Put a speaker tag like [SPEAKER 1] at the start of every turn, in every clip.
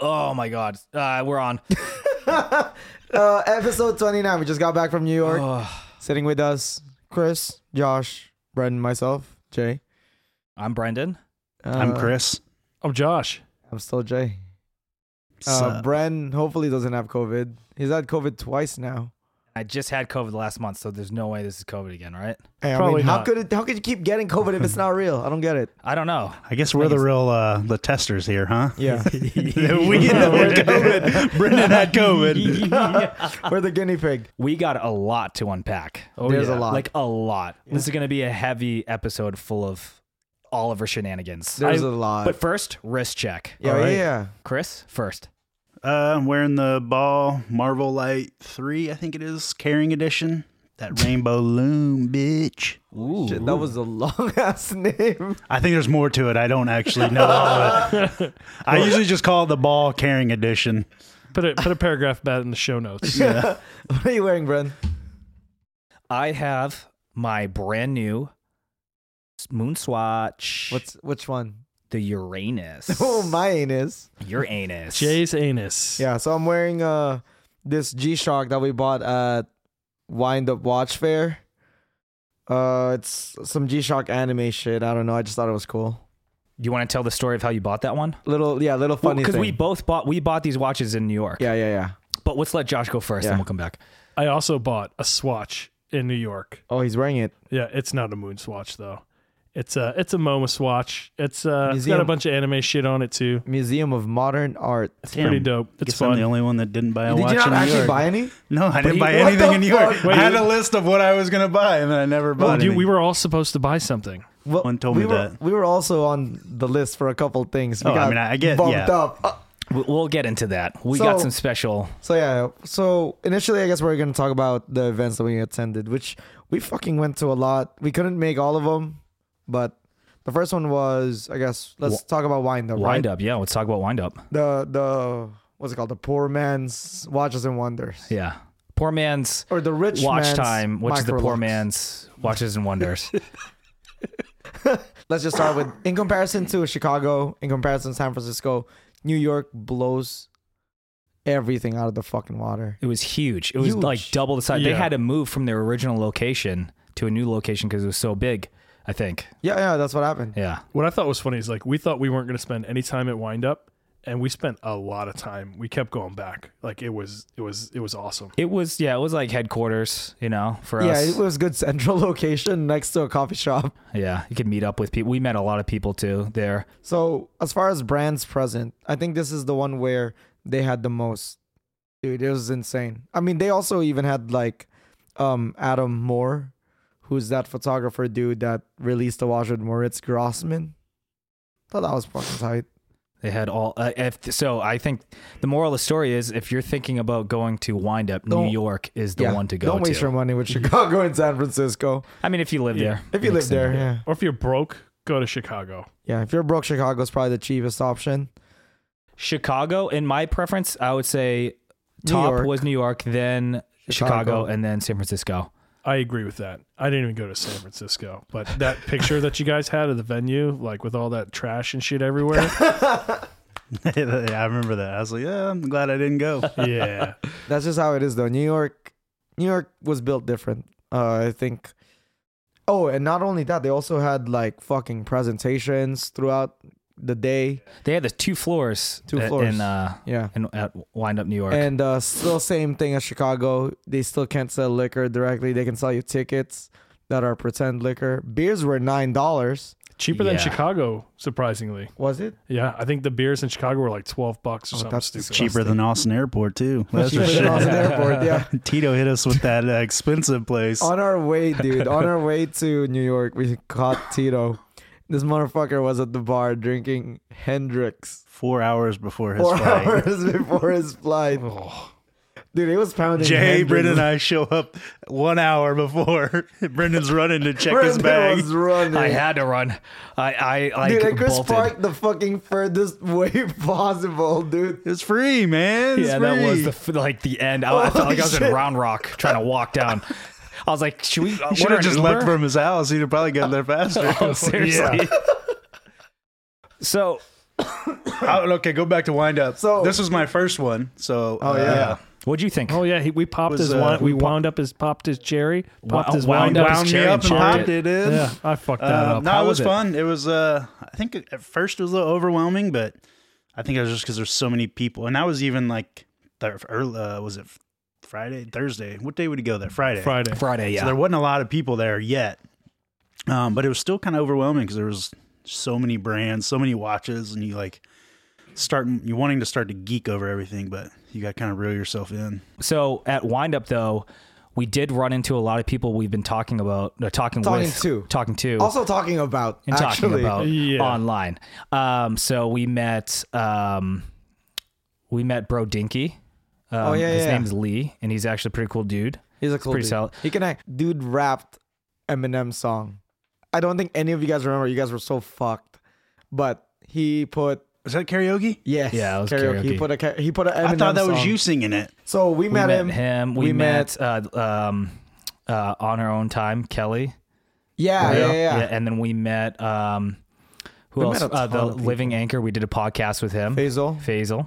[SPEAKER 1] Oh my God. Uh, we're on.
[SPEAKER 2] Uh, episode 29. We just got back from New York. Sitting with us, Chris, Josh, Brendan, myself, Jay.
[SPEAKER 1] I'm Brendan.
[SPEAKER 2] Uh,
[SPEAKER 3] I'm Chris.
[SPEAKER 4] I'm Josh.
[SPEAKER 2] I'm still Jay. Uh,
[SPEAKER 3] So-
[SPEAKER 2] Bren hopefully doesn't have COVID. He's had COVID twice now.
[SPEAKER 1] I just had COVID last month, so there's no way this is COVID again, right?
[SPEAKER 2] Hey, I
[SPEAKER 4] Probably
[SPEAKER 2] mean, how
[SPEAKER 4] not.
[SPEAKER 2] could it, how could you keep getting COVID if it's not real? I don't get it.
[SPEAKER 1] I don't know.
[SPEAKER 3] I guess we're the real uh, the testers here, huh?
[SPEAKER 2] Yeah,
[SPEAKER 3] we had COVID. Brendan had COVID.
[SPEAKER 2] we're the guinea pig.
[SPEAKER 1] We got a lot to unpack.
[SPEAKER 4] Oh,
[SPEAKER 2] There's a
[SPEAKER 4] yeah.
[SPEAKER 2] lot.
[SPEAKER 1] Like a lot. This is going to be a heavy episode full of Oliver shenanigans.
[SPEAKER 2] There's
[SPEAKER 1] I-
[SPEAKER 2] a lot.
[SPEAKER 1] But first, wrist check.
[SPEAKER 2] yeah,
[SPEAKER 3] all right.
[SPEAKER 2] yeah,
[SPEAKER 1] Chris, first.
[SPEAKER 3] Uh, I'm wearing the ball Marvel Light Three, I think it is, carrying edition. That rainbow loom, bitch.
[SPEAKER 1] Ooh.
[SPEAKER 2] Shit, that was a long ass name.
[SPEAKER 3] I think there's more to it. I don't actually know. all of it. I usually just call it the ball carrying edition.
[SPEAKER 4] Put a put a paragraph about it in the show notes.
[SPEAKER 2] what are you wearing, Bren?
[SPEAKER 1] I have my brand new moon swatch.
[SPEAKER 2] What's which one?
[SPEAKER 1] the Uranus?
[SPEAKER 2] Oh, my anus.
[SPEAKER 1] Uranus.
[SPEAKER 4] Jay's anus.
[SPEAKER 2] Yeah, so I'm wearing uh this G Shock that we bought at Wind Up Watch Fair. Uh, it's some G Shock anime shit. I don't know. I just thought it was cool.
[SPEAKER 1] You want to tell the story of how you bought that one?
[SPEAKER 2] Little, yeah, little funny
[SPEAKER 1] Because
[SPEAKER 2] thing.
[SPEAKER 1] we both bought we bought these watches in New York.
[SPEAKER 2] yeah, yeah, yeah.
[SPEAKER 1] But let's let Josh go first,
[SPEAKER 2] Yeah.
[SPEAKER 1] then we'll come back.
[SPEAKER 4] I also bought a swatch in New York.
[SPEAKER 2] Oh, he's wearing it.
[SPEAKER 4] Yeah, it's not a moon swatch though. It's a it's a MoMA swatch. It's uh it's
[SPEAKER 2] Museum.
[SPEAKER 4] got a bunch of anime shit on it too.
[SPEAKER 2] Museum of Modern Art.
[SPEAKER 4] It's
[SPEAKER 3] Damn.
[SPEAKER 4] pretty dope. It's
[SPEAKER 3] guess I'm
[SPEAKER 4] fun.
[SPEAKER 3] the only one that didn't buy a
[SPEAKER 2] Did
[SPEAKER 3] watch
[SPEAKER 2] you not
[SPEAKER 3] in New
[SPEAKER 2] actually
[SPEAKER 3] York.
[SPEAKER 2] buy any?
[SPEAKER 3] no, I didn't
[SPEAKER 2] you-
[SPEAKER 3] buy
[SPEAKER 2] what
[SPEAKER 3] anything
[SPEAKER 2] the
[SPEAKER 3] in New York.
[SPEAKER 2] fuck?
[SPEAKER 3] I had
[SPEAKER 4] Wait.
[SPEAKER 3] a list of what I was gonna buy, and then I never bought
[SPEAKER 4] Well, dude,
[SPEAKER 3] anything.
[SPEAKER 4] we were all supposed to buy something.
[SPEAKER 2] Well,
[SPEAKER 3] One told
[SPEAKER 2] we
[SPEAKER 3] me
[SPEAKER 2] were,
[SPEAKER 3] that.
[SPEAKER 2] We were also on the list for a couple things. We
[SPEAKER 3] Oh, I
[SPEAKER 2] got
[SPEAKER 3] mean, I get-
[SPEAKER 2] bumped
[SPEAKER 3] yeah.
[SPEAKER 2] up. Uh,
[SPEAKER 1] We- We'll get into that. We got
[SPEAKER 2] So-
[SPEAKER 1] some special.
[SPEAKER 2] So yeah, so initially I guess we are gonna talk about the events that we attended, which we fucking went to a lot. We couldn't make all of them, but the first one was I guess let's talk about wind up.
[SPEAKER 1] Wind up, yeah. Let's talk about wind up.
[SPEAKER 2] The the what's it called? The poor man's watches and wonders,
[SPEAKER 1] Yeah, poor man's
[SPEAKER 2] or the rich
[SPEAKER 1] watch
[SPEAKER 2] man's
[SPEAKER 1] time, which is the poor
[SPEAKER 2] microlux.
[SPEAKER 1] man's watches and wonders.
[SPEAKER 2] Let's just start with in comparison to Chicago, in comparison to San Francisco, New York blows everything out of the fucking water.
[SPEAKER 1] it was huge. It was like
[SPEAKER 2] Huge.
[SPEAKER 1] double the size. They
[SPEAKER 4] Yeah.
[SPEAKER 1] had to move from their original location to a new location because it was so big. I think.
[SPEAKER 2] Yeah, yeah, that's what happened.
[SPEAKER 1] Yeah.
[SPEAKER 4] What I thought was funny is like we thought we weren't going to spend any time at Wind Up, and we spent a lot of time. We kept going back. Like it was it was it was awesome.
[SPEAKER 1] It was yeah, it was like headquarters, you know, for
[SPEAKER 2] Yeah,
[SPEAKER 1] us.
[SPEAKER 2] it was good central location next to a coffee shop.
[SPEAKER 1] yeah, you could meet up with people. We met a lot of people too there.
[SPEAKER 2] So as far as brands present, I think this is the one where they had the most. Dude, it was insane. I mean, they also even had like um Adam Moore, who's that photographer dude that released the watch with Moritz Grossman. Thought that was fucking tight.
[SPEAKER 1] They had all uh, if so I think the moral of the story is if you're thinking about going to wind up,
[SPEAKER 2] Don't-
[SPEAKER 1] New York is the
[SPEAKER 2] yeah,
[SPEAKER 1] one to go
[SPEAKER 2] Don't waste
[SPEAKER 1] to.
[SPEAKER 2] your money with Chicago and San Francisco.
[SPEAKER 1] I mean if you live there.
[SPEAKER 2] If you live
[SPEAKER 1] makes sense.
[SPEAKER 2] there, yeah.
[SPEAKER 4] Or if you're broke, go to Chicago.
[SPEAKER 2] Yeah, if you're broke, Chicago's probably the cheapest option.
[SPEAKER 1] Chicago in my preference, I would say
[SPEAKER 2] New
[SPEAKER 1] top
[SPEAKER 2] York.
[SPEAKER 1] was New York, then Chicago.
[SPEAKER 2] Chicago.
[SPEAKER 1] and then San Francisco.
[SPEAKER 4] I agree with that. I didn't even go to San Francisco, but that picture that you guys had of the venue, like with all that trash and shit everywhere.
[SPEAKER 3] Yeah, I remember that. I was like, yeah, I'm glad I didn't go.
[SPEAKER 4] yeah.
[SPEAKER 2] That's just how it is, though. New York, New York was built different. Uh, I think. Oh, and not only that, they also had like fucking presentations throughout the day.
[SPEAKER 1] They had the two floors
[SPEAKER 2] Two
[SPEAKER 1] a-
[SPEAKER 2] floors.
[SPEAKER 1] in uh
[SPEAKER 2] Yeah,
[SPEAKER 1] in at wind up New York.
[SPEAKER 2] and uh, still same thing as Chicago. They still can't sell liquor directly. They can sell you tickets that are pretend liquor. Beers were nine dollars.
[SPEAKER 4] Cheaper
[SPEAKER 1] Yeah.
[SPEAKER 4] than Chicago, surprisingly.
[SPEAKER 2] Was it?
[SPEAKER 4] Yeah. I think the beers in Chicago were like 12 bucks or
[SPEAKER 2] Oh,
[SPEAKER 4] something
[SPEAKER 2] that's
[SPEAKER 4] stupid.
[SPEAKER 3] Cheaper than Austin Airport too. That's for
[SPEAKER 2] Cheaper than
[SPEAKER 3] sure.
[SPEAKER 2] Austin Airport, yeah.
[SPEAKER 3] Tito hit us with that uh, expensive place.
[SPEAKER 2] On our way, dude, on our way to New York, we caught Tito. This motherfucker was at the bar drinking Hendrix.
[SPEAKER 3] Four hours before his
[SPEAKER 2] four
[SPEAKER 3] flight.
[SPEAKER 2] hours before his flight. Dude, it was pounding.
[SPEAKER 3] Jay,
[SPEAKER 2] hand
[SPEAKER 3] Brendan, and
[SPEAKER 2] grenades.
[SPEAKER 3] I show up one hour before Brendan's running to check his
[SPEAKER 2] Brendan
[SPEAKER 3] bag.
[SPEAKER 2] was running.
[SPEAKER 1] I had to run. I I like
[SPEAKER 2] dude, I Chris
[SPEAKER 1] bolted.
[SPEAKER 2] parked the fucking furthest way possible, dude.
[SPEAKER 3] It was free, man. It's
[SPEAKER 1] yeah, that
[SPEAKER 3] free.
[SPEAKER 1] was the f- like the end. I, I felt like I was
[SPEAKER 2] Holy
[SPEAKER 1] in
[SPEAKER 2] shit.
[SPEAKER 1] Round Rock trying to walk down. I was like, should we? Uh,
[SPEAKER 3] He should
[SPEAKER 1] order
[SPEAKER 3] have
[SPEAKER 1] an
[SPEAKER 3] just
[SPEAKER 1] Uber?
[SPEAKER 3] left from his house. He'd have probably gotten there faster.
[SPEAKER 1] Oh, seriously. so
[SPEAKER 3] Oh, okay, go back to wind up.
[SPEAKER 2] So-
[SPEAKER 3] this was my first one. So oh
[SPEAKER 2] yeah.
[SPEAKER 1] what'd you think?
[SPEAKER 4] Oh yeah, he, we popped
[SPEAKER 3] Was,
[SPEAKER 4] his
[SPEAKER 3] uh,
[SPEAKER 4] wine. We
[SPEAKER 3] we
[SPEAKER 4] wound up his popped his cherry. Popped his
[SPEAKER 1] wound
[SPEAKER 4] wine
[SPEAKER 1] up his
[SPEAKER 4] down.
[SPEAKER 1] cherry and
[SPEAKER 3] and
[SPEAKER 1] popped
[SPEAKER 3] popped it in.
[SPEAKER 4] Yeah, I fucked that
[SPEAKER 3] Uh,
[SPEAKER 4] up.
[SPEAKER 3] no,
[SPEAKER 4] How
[SPEAKER 3] it was,
[SPEAKER 4] it?
[SPEAKER 3] fun. It was. Uh, I think at first it was a little overwhelming, but I think it was just because there's so many people, and that was even like the early. Uh, was it Friday, Thursday? What day would he go there? Friday.
[SPEAKER 4] Friday.
[SPEAKER 1] Friday, yeah.
[SPEAKER 3] So there wasn't a lot of people there yet, um, but it was still kind of overwhelming because there was so many brands, so many watches, and you like start you wanting to start to geek over everything, but you got to kind of reel yourself in.
[SPEAKER 1] So at wind up though, we did run into a lot of people we've been talking about, no, talking,
[SPEAKER 2] Talking
[SPEAKER 1] with,
[SPEAKER 2] to.
[SPEAKER 1] talking to,
[SPEAKER 2] Also talking about
[SPEAKER 1] and talking
[SPEAKER 2] actually.
[SPEAKER 1] about
[SPEAKER 4] Yeah.
[SPEAKER 1] online. Um, so we met, um, we met Bro Dinky. Um,
[SPEAKER 2] Oh, yeah,
[SPEAKER 1] his
[SPEAKER 2] yeah.
[SPEAKER 1] name's Lee, and he's actually a pretty cool dude.
[SPEAKER 2] He's a cool
[SPEAKER 1] pretty
[SPEAKER 2] dude.
[SPEAKER 1] solid.
[SPEAKER 2] He can act. Dude rapped Eminem song. I don't think any of you guys remember. You guys were so fucked. But he put
[SPEAKER 3] Was that karaoke?
[SPEAKER 2] yes,
[SPEAKER 1] Yeah, it was
[SPEAKER 2] He
[SPEAKER 1] karaoke.
[SPEAKER 2] put a ca- he put an Eminem
[SPEAKER 3] I thought that was
[SPEAKER 2] song.
[SPEAKER 3] you singing it.
[SPEAKER 2] So we
[SPEAKER 1] We
[SPEAKER 2] met, him.
[SPEAKER 1] We, met, uh, um, uh, on our own time, Kelly.
[SPEAKER 2] Yeah, yeah, yeah.
[SPEAKER 1] and then we met. Um, who
[SPEAKER 2] We
[SPEAKER 1] else?
[SPEAKER 2] met a
[SPEAKER 1] uh,
[SPEAKER 2] ton
[SPEAKER 1] the
[SPEAKER 2] of people.
[SPEAKER 1] Living Anchor. We did a podcast with him,
[SPEAKER 2] Faisal.
[SPEAKER 1] Faisal,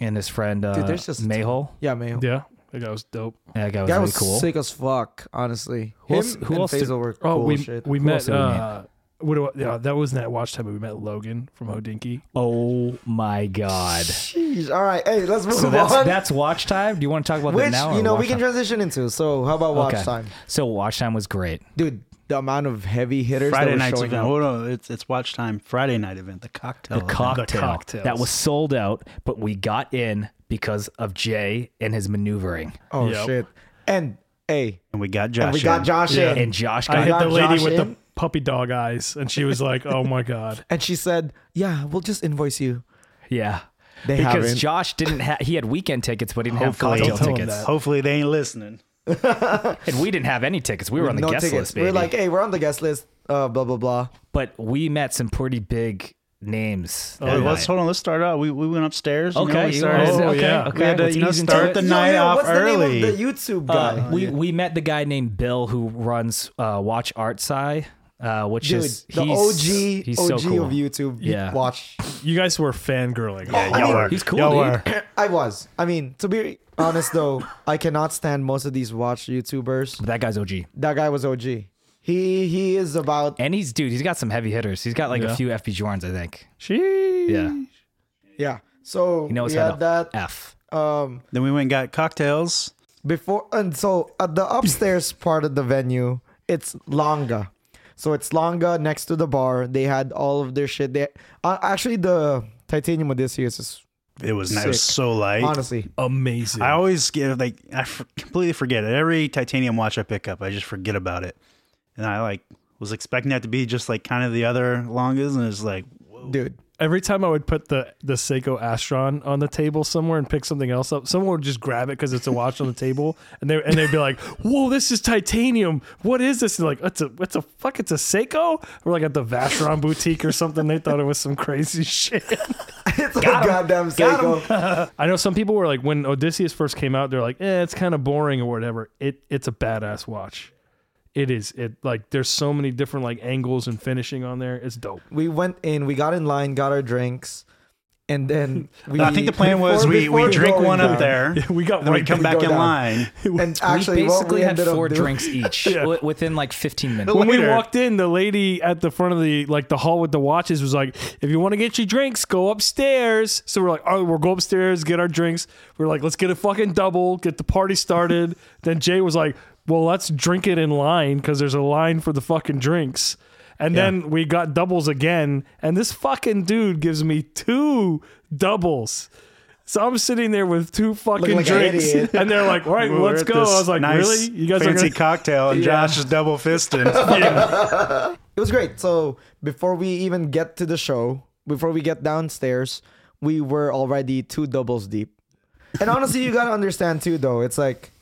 [SPEAKER 1] and his friend uh,
[SPEAKER 2] Dude, there's just a ton.
[SPEAKER 1] Mayhole.
[SPEAKER 2] Yeah, man.
[SPEAKER 4] Yeah, that guy was dope.
[SPEAKER 1] Yeah, that guy was
[SPEAKER 2] Guy
[SPEAKER 1] really
[SPEAKER 2] was
[SPEAKER 1] cool.
[SPEAKER 2] sick as fuck, honestly.
[SPEAKER 1] Who
[SPEAKER 2] Him
[SPEAKER 1] else- who
[SPEAKER 2] and
[SPEAKER 1] else did-
[SPEAKER 2] Faisal were
[SPEAKER 4] Oh,
[SPEAKER 2] cool
[SPEAKER 4] we
[SPEAKER 2] as shit.
[SPEAKER 4] we
[SPEAKER 1] Who else
[SPEAKER 4] met.
[SPEAKER 1] did we meet?
[SPEAKER 4] Uh, what do I, yeah, that was in that watch time. We met Logan from Hodinky.
[SPEAKER 1] Oh my god.
[SPEAKER 2] Jeez. All right. Hey, let's move
[SPEAKER 1] So
[SPEAKER 2] on.
[SPEAKER 1] that's that's watch time. Do you want to talk about that
[SPEAKER 2] Which
[SPEAKER 1] now? or
[SPEAKER 2] you know we
[SPEAKER 1] watch
[SPEAKER 2] can
[SPEAKER 1] time?
[SPEAKER 2] transition into. So how about watch
[SPEAKER 1] Okay.
[SPEAKER 2] time,
[SPEAKER 1] So watch time was great.
[SPEAKER 2] dude? The amount of heavy hitters
[SPEAKER 3] Friday
[SPEAKER 2] that were
[SPEAKER 3] night's
[SPEAKER 2] showing
[SPEAKER 3] event.
[SPEAKER 2] up.
[SPEAKER 3] Hold on, it's it's watch time. Friday night event. Oh, The cocktail.
[SPEAKER 1] The
[SPEAKER 3] event.
[SPEAKER 1] cocktail
[SPEAKER 4] cocktails.
[SPEAKER 1] that was sold out, but we got in because of Jay and his maneuvering.
[SPEAKER 2] Oh
[SPEAKER 4] Yep.
[SPEAKER 2] shit! And hey,
[SPEAKER 3] And we got Josh.
[SPEAKER 2] and we got
[SPEAKER 3] in.
[SPEAKER 2] Josh in,
[SPEAKER 1] And Josh
[SPEAKER 4] I
[SPEAKER 1] got
[SPEAKER 4] hit
[SPEAKER 2] got
[SPEAKER 4] the lady
[SPEAKER 2] Josh
[SPEAKER 4] with the
[SPEAKER 2] in.
[SPEAKER 4] puppy dog eyes, and she was like, "Oh my god."
[SPEAKER 2] and she said, "Yeah, we'll just invoice you."
[SPEAKER 1] yeah.
[SPEAKER 2] They
[SPEAKER 1] because
[SPEAKER 2] haven't.
[SPEAKER 1] Josh didn't have he had weekend tickets, but he didn't
[SPEAKER 3] Hopefully,
[SPEAKER 1] have
[SPEAKER 4] Don't tell
[SPEAKER 1] cocktail
[SPEAKER 4] him
[SPEAKER 1] tickets,
[SPEAKER 4] that.
[SPEAKER 3] Hopefully they ain't listening.
[SPEAKER 1] and we didn't have any tickets. We were on the
[SPEAKER 2] no
[SPEAKER 1] guest
[SPEAKER 2] tickets.
[SPEAKER 1] list, baby.
[SPEAKER 2] We're like, hey, we're on the guest list. Uh, blah blah blah.
[SPEAKER 1] but we met some pretty big names.
[SPEAKER 3] Hey,
[SPEAKER 1] that
[SPEAKER 3] let's
[SPEAKER 1] night.
[SPEAKER 3] hold on. Let's start out. We we went upstairs. You know,
[SPEAKER 1] Oh, Okay,
[SPEAKER 3] we
[SPEAKER 1] you
[SPEAKER 3] started-
[SPEAKER 1] wanna-
[SPEAKER 4] Oh,
[SPEAKER 1] okay,
[SPEAKER 4] yeah.
[SPEAKER 1] okay.
[SPEAKER 3] We had to,
[SPEAKER 1] let's
[SPEAKER 3] you know,
[SPEAKER 1] ease into
[SPEAKER 3] start
[SPEAKER 1] it.
[SPEAKER 3] the night off
[SPEAKER 2] what's
[SPEAKER 3] early.
[SPEAKER 2] the name of the YouTube guy?
[SPEAKER 1] Uh, we we met the guy named Bill who runs uh, Watch Artsai, uh, which
[SPEAKER 2] Dude,
[SPEAKER 1] is
[SPEAKER 2] the
[SPEAKER 1] he's,
[SPEAKER 2] OG
[SPEAKER 1] He's
[SPEAKER 2] OG
[SPEAKER 1] so cool.
[SPEAKER 2] of YouTube.
[SPEAKER 1] Yeah.
[SPEAKER 2] Watch.
[SPEAKER 4] You guys were fangirling.
[SPEAKER 3] Yeah,
[SPEAKER 2] I
[SPEAKER 3] y'all
[SPEAKER 2] mean,
[SPEAKER 3] were.
[SPEAKER 1] he's cool,
[SPEAKER 3] Y'all
[SPEAKER 1] dude.
[SPEAKER 3] were.
[SPEAKER 2] I was. I mean, to be honest though, I cannot stand most of these watch YouTubers.
[SPEAKER 1] But that guy's OG,
[SPEAKER 2] That guy was OG. He he is about
[SPEAKER 1] and he's dude. He's got some heavy hitters. He's got like
[SPEAKER 4] Yeah.
[SPEAKER 1] a few FP Jorns, I think.
[SPEAKER 4] She.
[SPEAKER 1] Yeah,
[SPEAKER 2] yeah. So
[SPEAKER 1] he knows
[SPEAKER 2] we
[SPEAKER 1] how
[SPEAKER 2] had
[SPEAKER 1] to
[SPEAKER 2] that.
[SPEAKER 1] f.
[SPEAKER 2] Um,
[SPEAKER 3] Then we went and got cocktails.
[SPEAKER 2] before and so at the upstairs part of the venue it's longa so it's longa next to the bar they had all of their shit they uh, actually the titanium odysseus is
[SPEAKER 3] It was nice. It was
[SPEAKER 2] Sick.
[SPEAKER 3] so light.
[SPEAKER 2] honestly
[SPEAKER 4] Amazing.
[SPEAKER 3] I always give like I f- completely forget it. Every titanium watch I pick up, I just forget about it. And I like was expecting that to be just like kind of the other longas, and it's like
[SPEAKER 2] dude
[SPEAKER 4] every time I would put the the Seiko Astron on the table somewhere and pick something else up, someone would just grab it because it's a watch on the table, and they and they'd be like, "Whoa, this is titanium! What is this?" And like, "It's a it's a fuck, it's a Seiko." We're like at the Vacheron boutique or something. They thought it was some crazy shit.
[SPEAKER 2] it's a goddamn psycho
[SPEAKER 4] I know some people were like, when Odysseus first came out, they're like, "Eh, it's kind of boring or whatever." It it's a badass watch. It is. It like there's so many different like angles and finishing on there. It's dope.
[SPEAKER 2] we went in we got in line got our drinks and then we
[SPEAKER 3] I think the plan was
[SPEAKER 2] before-
[SPEAKER 3] we we
[SPEAKER 2] before
[SPEAKER 3] drink
[SPEAKER 2] going
[SPEAKER 3] one up
[SPEAKER 2] down-
[SPEAKER 3] there, and
[SPEAKER 4] We got
[SPEAKER 3] then we
[SPEAKER 4] right
[SPEAKER 3] come
[SPEAKER 2] we
[SPEAKER 3] back
[SPEAKER 2] go
[SPEAKER 3] in
[SPEAKER 2] down.
[SPEAKER 3] line.
[SPEAKER 2] and actually
[SPEAKER 1] we
[SPEAKER 2] what
[SPEAKER 1] basically
[SPEAKER 2] we
[SPEAKER 1] had
[SPEAKER 2] ended up
[SPEAKER 1] four
[SPEAKER 2] doing-
[SPEAKER 1] drinks each wi- within like 15 minutes.
[SPEAKER 3] Well,
[SPEAKER 4] when we
[SPEAKER 3] later.
[SPEAKER 4] walked in, the lady at the front of the like the hall with the watches was like, "If you want to get your drinks, go upstairs." So we're like, "All right, we'll go upstairs, get our drinks." We're like, "Let's get a fucking double, get the party started." then Jay was like, "Well, let's drink it in line because there's a line for the fucking drinks." And then we got doubles again, and this fucking dude gives me two doubles. So I'm sitting there with two fucking
[SPEAKER 2] like an
[SPEAKER 4] drinks,
[SPEAKER 2] idiot.
[SPEAKER 4] and they're like, "All right,
[SPEAKER 3] We were
[SPEAKER 4] let's
[SPEAKER 3] at
[SPEAKER 4] go." I
[SPEAKER 3] this
[SPEAKER 4] was like,
[SPEAKER 3] nice
[SPEAKER 4] "Really? You guys are
[SPEAKER 3] fancy
[SPEAKER 4] gonna
[SPEAKER 3] cocktail?" And
[SPEAKER 4] Yeah.
[SPEAKER 3] Josh is double fisted.
[SPEAKER 2] it was great. So before we even get to the show, before we get downstairs, we were already two doubles deep. and honestly, you gotta understand too, though. It's like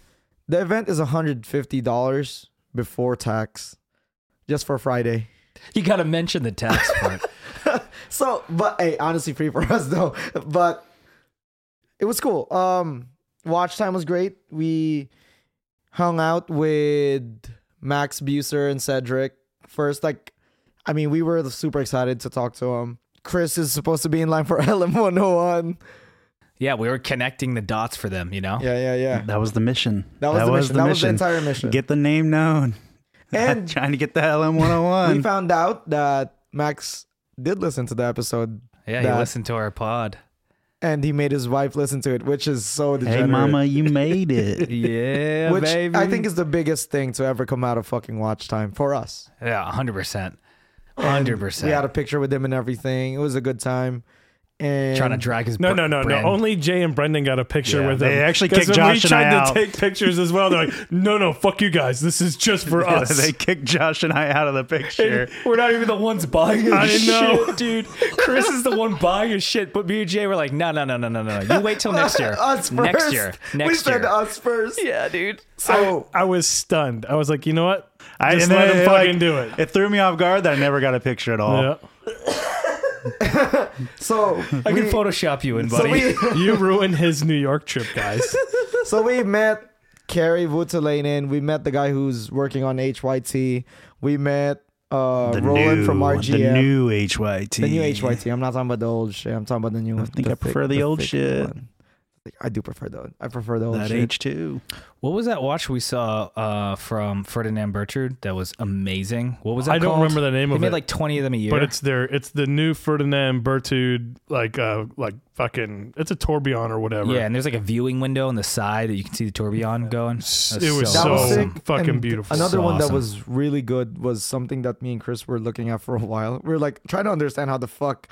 [SPEAKER 2] the event is hundred fifty dollars before tax, just for Friday.
[SPEAKER 1] You got to mention the tax part.
[SPEAKER 2] So, but hey, honestly, free for us though. But it was cool. Um, watch time was great. We hung out with Max Buser and Cedric first. Like, I mean, we were super excited to talk to him. Chris is supposed to be in line for LM101.
[SPEAKER 1] yeah, we were connecting the dots for them, you know?
[SPEAKER 2] Yeah, yeah, yeah.
[SPEAKER 3] That was the mission.
[SPEAKER 2] That was the mission. that was the entire mission.
[SPEAKER 3] Get the name known.
[SPEAKER 2] And-
[SPEAKER 3] trying to get the LM
[SPEAKER 2] we
[SPEAKER 3] 101.
[SPEAKER 2] found out that Max did listen to the episode
[SPEAKER 1] Yeah,
[SPEAKER 2] That-
[SPEAKER 1] you listen to our pod.
[SPEAKER 2] and he made his wife listen to it, which is so
[SPEAKER 3] hey,
[SPEAKER 2] degenerate.
[SPEAKER 3] mama, you made it.
[SPEAKER 1] Yeah,
[SPEAKER 2] Which I think is the biggest thing to ever come out of fucking watch time for us.
[SPEAKER 1] yeah, 100%.
[SPEAKER 2] And
[SPEAKER 1] 100%.
[SPEAKER 2] We had a picture with him and everything. It was a good time. And
[SPEAKER 1] trying to drag his
[SPEAKER 4] No,
[SPEAKER 1] br-
[SPEAKER 4] no, no,
[SPEAKER 1] brand.
[SPEAKER 4] no. Only Jay and Brendan got a picture
[SPEAKER 3] Yeah,
[SPEAKER 4] with them.
[SPEAKER 3] they actually
[SPEAKER 4] 'Cause
[SPEAKER 3] kicked
[SPEAKER 4] when
[SPEAKER 3] Josh
[SPEAKER 4] we
[SPEAKER 3] and
[SPEAKER 4] tried
[SPEAKER 3] I
[SPEAKER 4] to
[SPEAKER 3] out.
[SPEAKER 4] take pictures as well. They're like, no, no, fuck you guys. This is just for us.
[SPEAKER 3] they kicked Josh and I out of the picture.
[SPEAKER 1] We're not even the ones buying his
[SPEAKER 4] I know.
[SPEAKER 1] shit, dude. Chris is the one buying his shit, but me and Jay were like, no, no, no, no, no, no. You wait till next year.
[SPEAKER 2] us first.
[SPEAKER 1] Next year. Next
[SPEAKER 2] we said
[SPEAKER 1] year.
[SPEAKER 2] us first.
[SPEAKER 1] Yeah, dude.
[SPEAKER 2] So
[SPEAKER 4] I was stunned. I was like, you know what?
[SPEAKER 3] I
[SPEAKER 4] Just
[SPEAKER 3] and then
[SPEAKER 4] let him
[SPEAKER 3] it, like,
[SPEAKER 4] fucking do it.
[SPEAKER 3] It threw me off guard that I never got a picture at all.
[SPEAKER 4] Yeah.
[SPEAKER 2] so
[SPEAKER 1] I can
[SPEAKER 2] we-
[SPEAKER 1] Photoshop you in,
[SPEAKER 2] so
[SPEAKER 1] buddy.
[SPEAKER 2] we
[SPEAKER 4] You ruined his New York trip, guys.
[SPEAKER 2] so we met Carrie Vutalainen. We met the guy who's working on HYT. We met uh,
[SPEAKER 3] The
[SPEAKER 2] Roland
[SPEAKER 3] new,
[SPEAKER 2] from RGM.
[SPEAKER 3] The new HYT.
[SPEAKER 2] The new HYT. I'm not talking about the old shit. I'm talking about the new. I
[SPEAKER 3] think I prefer the old shit.
[SPEAKER 2] I do prefer the. old- I prefer the old
[SPEAKER 3] That
[SPEAKER 2] shit.
[SPEAKER 3] H2.
[SPEAKER 1] What was that watch we saw uh, from Ferdinand Bertrude that was amazing? What was that
[SPEAKER 4] I don't
[SPEAKER 1] called?
[SPEAKER 4] remember the name
[SPEAKER 1] He
[SPEAKER 4] of
[SPEAKER 1] made
[SPEAKER 4] it.
[SPEAKER 1] like 20 of them a year.
[SPEAKER 4] But it's their it's the new Ferdinand Bertud like uh like fucking it's a tourbillon or whatever.
[SPEAKER 1] yeah, and there's like a viewing window on the side that you can see the tourbillon going.
[SPEAKER 4] S-
[SPEAKER 1] That's
[SPEAKER 4] it was
[SPEAKER 2] That was
[SPEAKER 4] so
[SPEAKER 2] sick.
[SPEAKER 4] fucking
[SPEAKER 2] And
[SPEAKER 4] beautiful.
[SPEAKER 2] Another
[SPEAKER 1] So
[SPEAKER 2] one that
[SPEAKER 1] awesome.
[SPEAKER 2] was really good was something that me and Chris were looking at for a while. We are like trying to understand how the fuck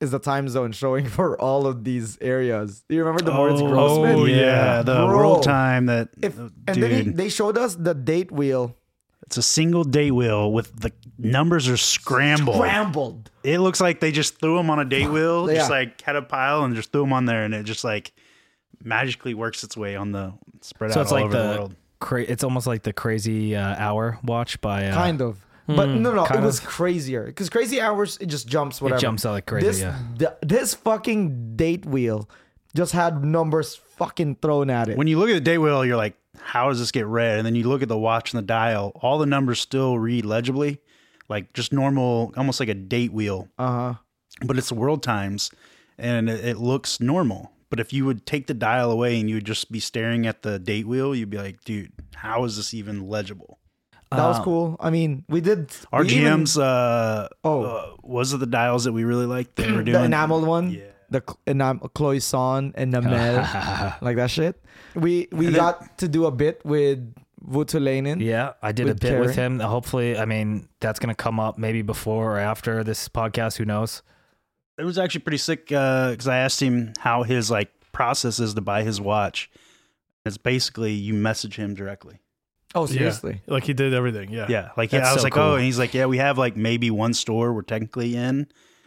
[SPEAKER 2] is the time zone showing for all of these areas. Do you remember the Moritz Grossman?
[SPEAKER 3] oh, yeah. The
[SPEAKER 2] Bro.
[SPEAKER 3] world time that.
[SPEAKER 2] If,
[SPEAKER 3] oh,
[SPEAKER 2] and
[SPEAKER 3] dude,
[SPEAKER 2] then he, they showed us the date wheel
[SPEAKER 3] it's a single day wheel with the numbers are scrambled.
[SPEAKER 2] rambled.
[SPEAKER 3] It looks like they just threw them on a day wheel, just
[SPEAKER 2] Yeah.
[SPEAKER 3] like had a pile and just threw them on there, and it just like magically works its way on the spread
[SPEAKER 1] So
[SPEAKER 3] out
[SPEAKER 1] it's
[SPEAKER 3] all
[SPEAKER 1] like
[SPEAKER 3] over the,
[SPEAKER 1] the,
[SPEAKER 3] world.
[SPEAKER 1] cra- it's almost like the crazy uh, hour watch by uh,
[SPEAKER 2] Kind of. But no, no, it
[SPEAKER 1] kind
[SPEAKER 2] was crazier because crazy hours it just jumps whatever.
[SPEAKER 1] jumps out like crazy,
[SPEAKER 2] This
[SPEAKER 1] yeah.
[SPEAKER 2] th- this fucking date wheel just had numbers fucking thrown at it.
[SPEAKER 3] When you look at the day wheel, you're like, how does this get read? And then you look at the watch and the dial, all the numbers still read legibly, like just normal, almost like a date wheel,
[SPEAKER 2] uh huh.
[SPEAKER 3] but it's world times and it, it looks normal. But if you would take the dial away and you would just be staring at the date wheel, you'd be like, dude, how is this even legible?
[SPEAKER 2] That was cool. I mean, we did we even-
[SPEAKER 3] RGM's uh,
[SPEAKER 2] Oh.
[SPEAKER 3] uh, was it the dials that we really liked that we're doing?
[SPEAKER 2] the enameled one,
[SPEAKER 3] Yeah.
[SPEAKER 2] the cl- enam- cloisonne and the mel, like that shit. We we got to do a bit with Vutulainen.
[SPEAKER 1] Yeah, I did a
[SPEAKER 2] With
[SPEAKER 1] bit with
[SPEAKER 2] Carrie.
[SPEAKER 1] him. Hopefully, I mean that's gonna come up maybe before or after this podcast. Who knows?
[SPEAKER 3] It was actually pretty sick because I asked him how his like process is to buy his watch. It's basically you message him directly.
[SPEAKER 2] Oh,
[SPEAKER 4] Yeah.
[SPEAKER 2] seriously.
[SPEAKER 4] Like he did everything. Yeah.
[SPEAKER 3] Yeah, like
[SPEAKER 1] That's
[SPEAKER 3] yeah, I was
[SPEAKER 1] so
[SPEAKER 3] like,
[SPEAKER 1] cool.
[SPEAKER 3] oh, and he's like, yeah, we have like maybe one store we're technically in,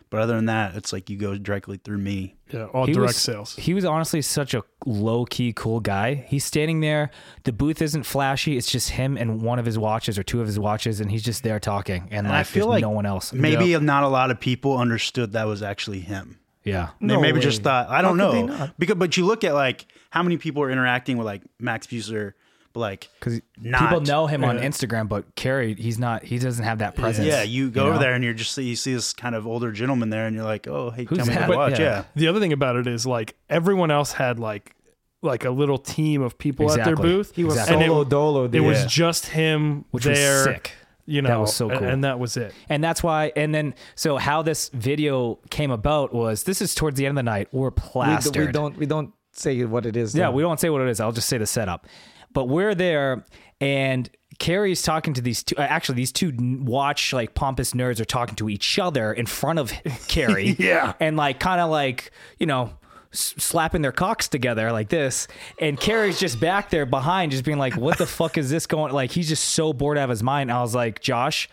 [SPEAKER 3] but other than that, it's like you go directly through me.
[SPEAKER 4] Yeah, all
[SPEAKER 1] He
[SPEAKER 4] direct
[SPEAKER 1] was-
[SPEAKER 4] sales.
[SPEAKER 1] He was honestly such a low key cool guy. He's standing there. The booth isn't flashy. It's just him and one of his watches or two of his watches, and he's just there talking. And,
[SPEAKER 3] And
[SPEAKER 1] like,
[SPEAKER 3] I feel
[SPEAKER 1] there's
[SPEAKER 3] like
[SPEAKER 1] no one else.
[SPEAKER 3] Maybe not a lot of people understood that was actually him.
[SPEAKER 1] yeah.
[SPEAKER 3] They
[SPEAKER 2] No
[SPEAKER 3] maybe
[SPEAKER 2] way.
[SPEAKER 3] just thought I don't
[SPEAKER 2] How could they
[SPEAKER 3] know
[SPEAKER 2] not?
[SPEAKER 3] because but you look at like how many people are interacting with like Max Buser, but like
[SPEAKER 1] Because
[SPEAKER 3] not
[SPEAKER 1] people know him on
[SPEAKER 4] yeah.
[SPEAKER 1] Instagram, but Carrie, he's not. He doesn't have that presence.
[SPEAKER 3] Yeah, you go over
[SPEAKER 1] know?
[SPEAKER 3] there and you're just you see this kind of older gentleman there, and you're like, oh hey,
[SPEAKER 1] Who's
[SPEAKER 3] tell me
[SPEAKER 1] that?
[SPEAKER 3] what to watch.
[SPEAKER 1] Yeah.
[SPEAKER 3] Yeah.
[SPEAKER 4] The other thing about it is like everyone else had like like a little team of people at their
[SPEAKER 1] Exactly.
[SPEAKER 4] booth.
[SPEAKER 1] He was
[SPEAKER 4] And
[SPEAKER 2] Solo
[SPEAKER 4] it,
[SPEAKER 2] dolo.
[SPEAKER 4] it
[SPEAKER 2] Dude.
[SPEAKER 4] was
[SPEAKER 3] Yeah.
[SPEAKER 4] just him
[SPEAKER 1] which
[SPEAKER 4] there.
[SPEAKER 1] was sick.
[SPEAKER 4] You know,
[SPEAKER 1] That was so
[SPEAKER 4] and-
[SPEAKER 1] cool.
[SPEAKER 4] And that was it.
[SPEAKER 1] And that's why, and then, so how this video came about was this is towards the end of the night. We're
[SPEAKER 2] We d-
[SPEAKER 1] plastered.
[SPEAKER 2] we, don't we don't say what it is.
[SPEAKER 1] Yeah,
[SPEAKER 2] though.
[SPEAKER 1] we won't say what it is. I'll just say the setup. But we're there, and Carrie's talking to these two. uh, Actually, these two n- watch like pompous nerds are talking to each other in front of Carrie.
[SPEAKER 4] Yeah.
[SPEAKER 1] and like kind of like you know s- slapping their cocks together like this and Carrie's just back there behind just being like what the fuck is this going like he's just so bored out of his mind I was like Josh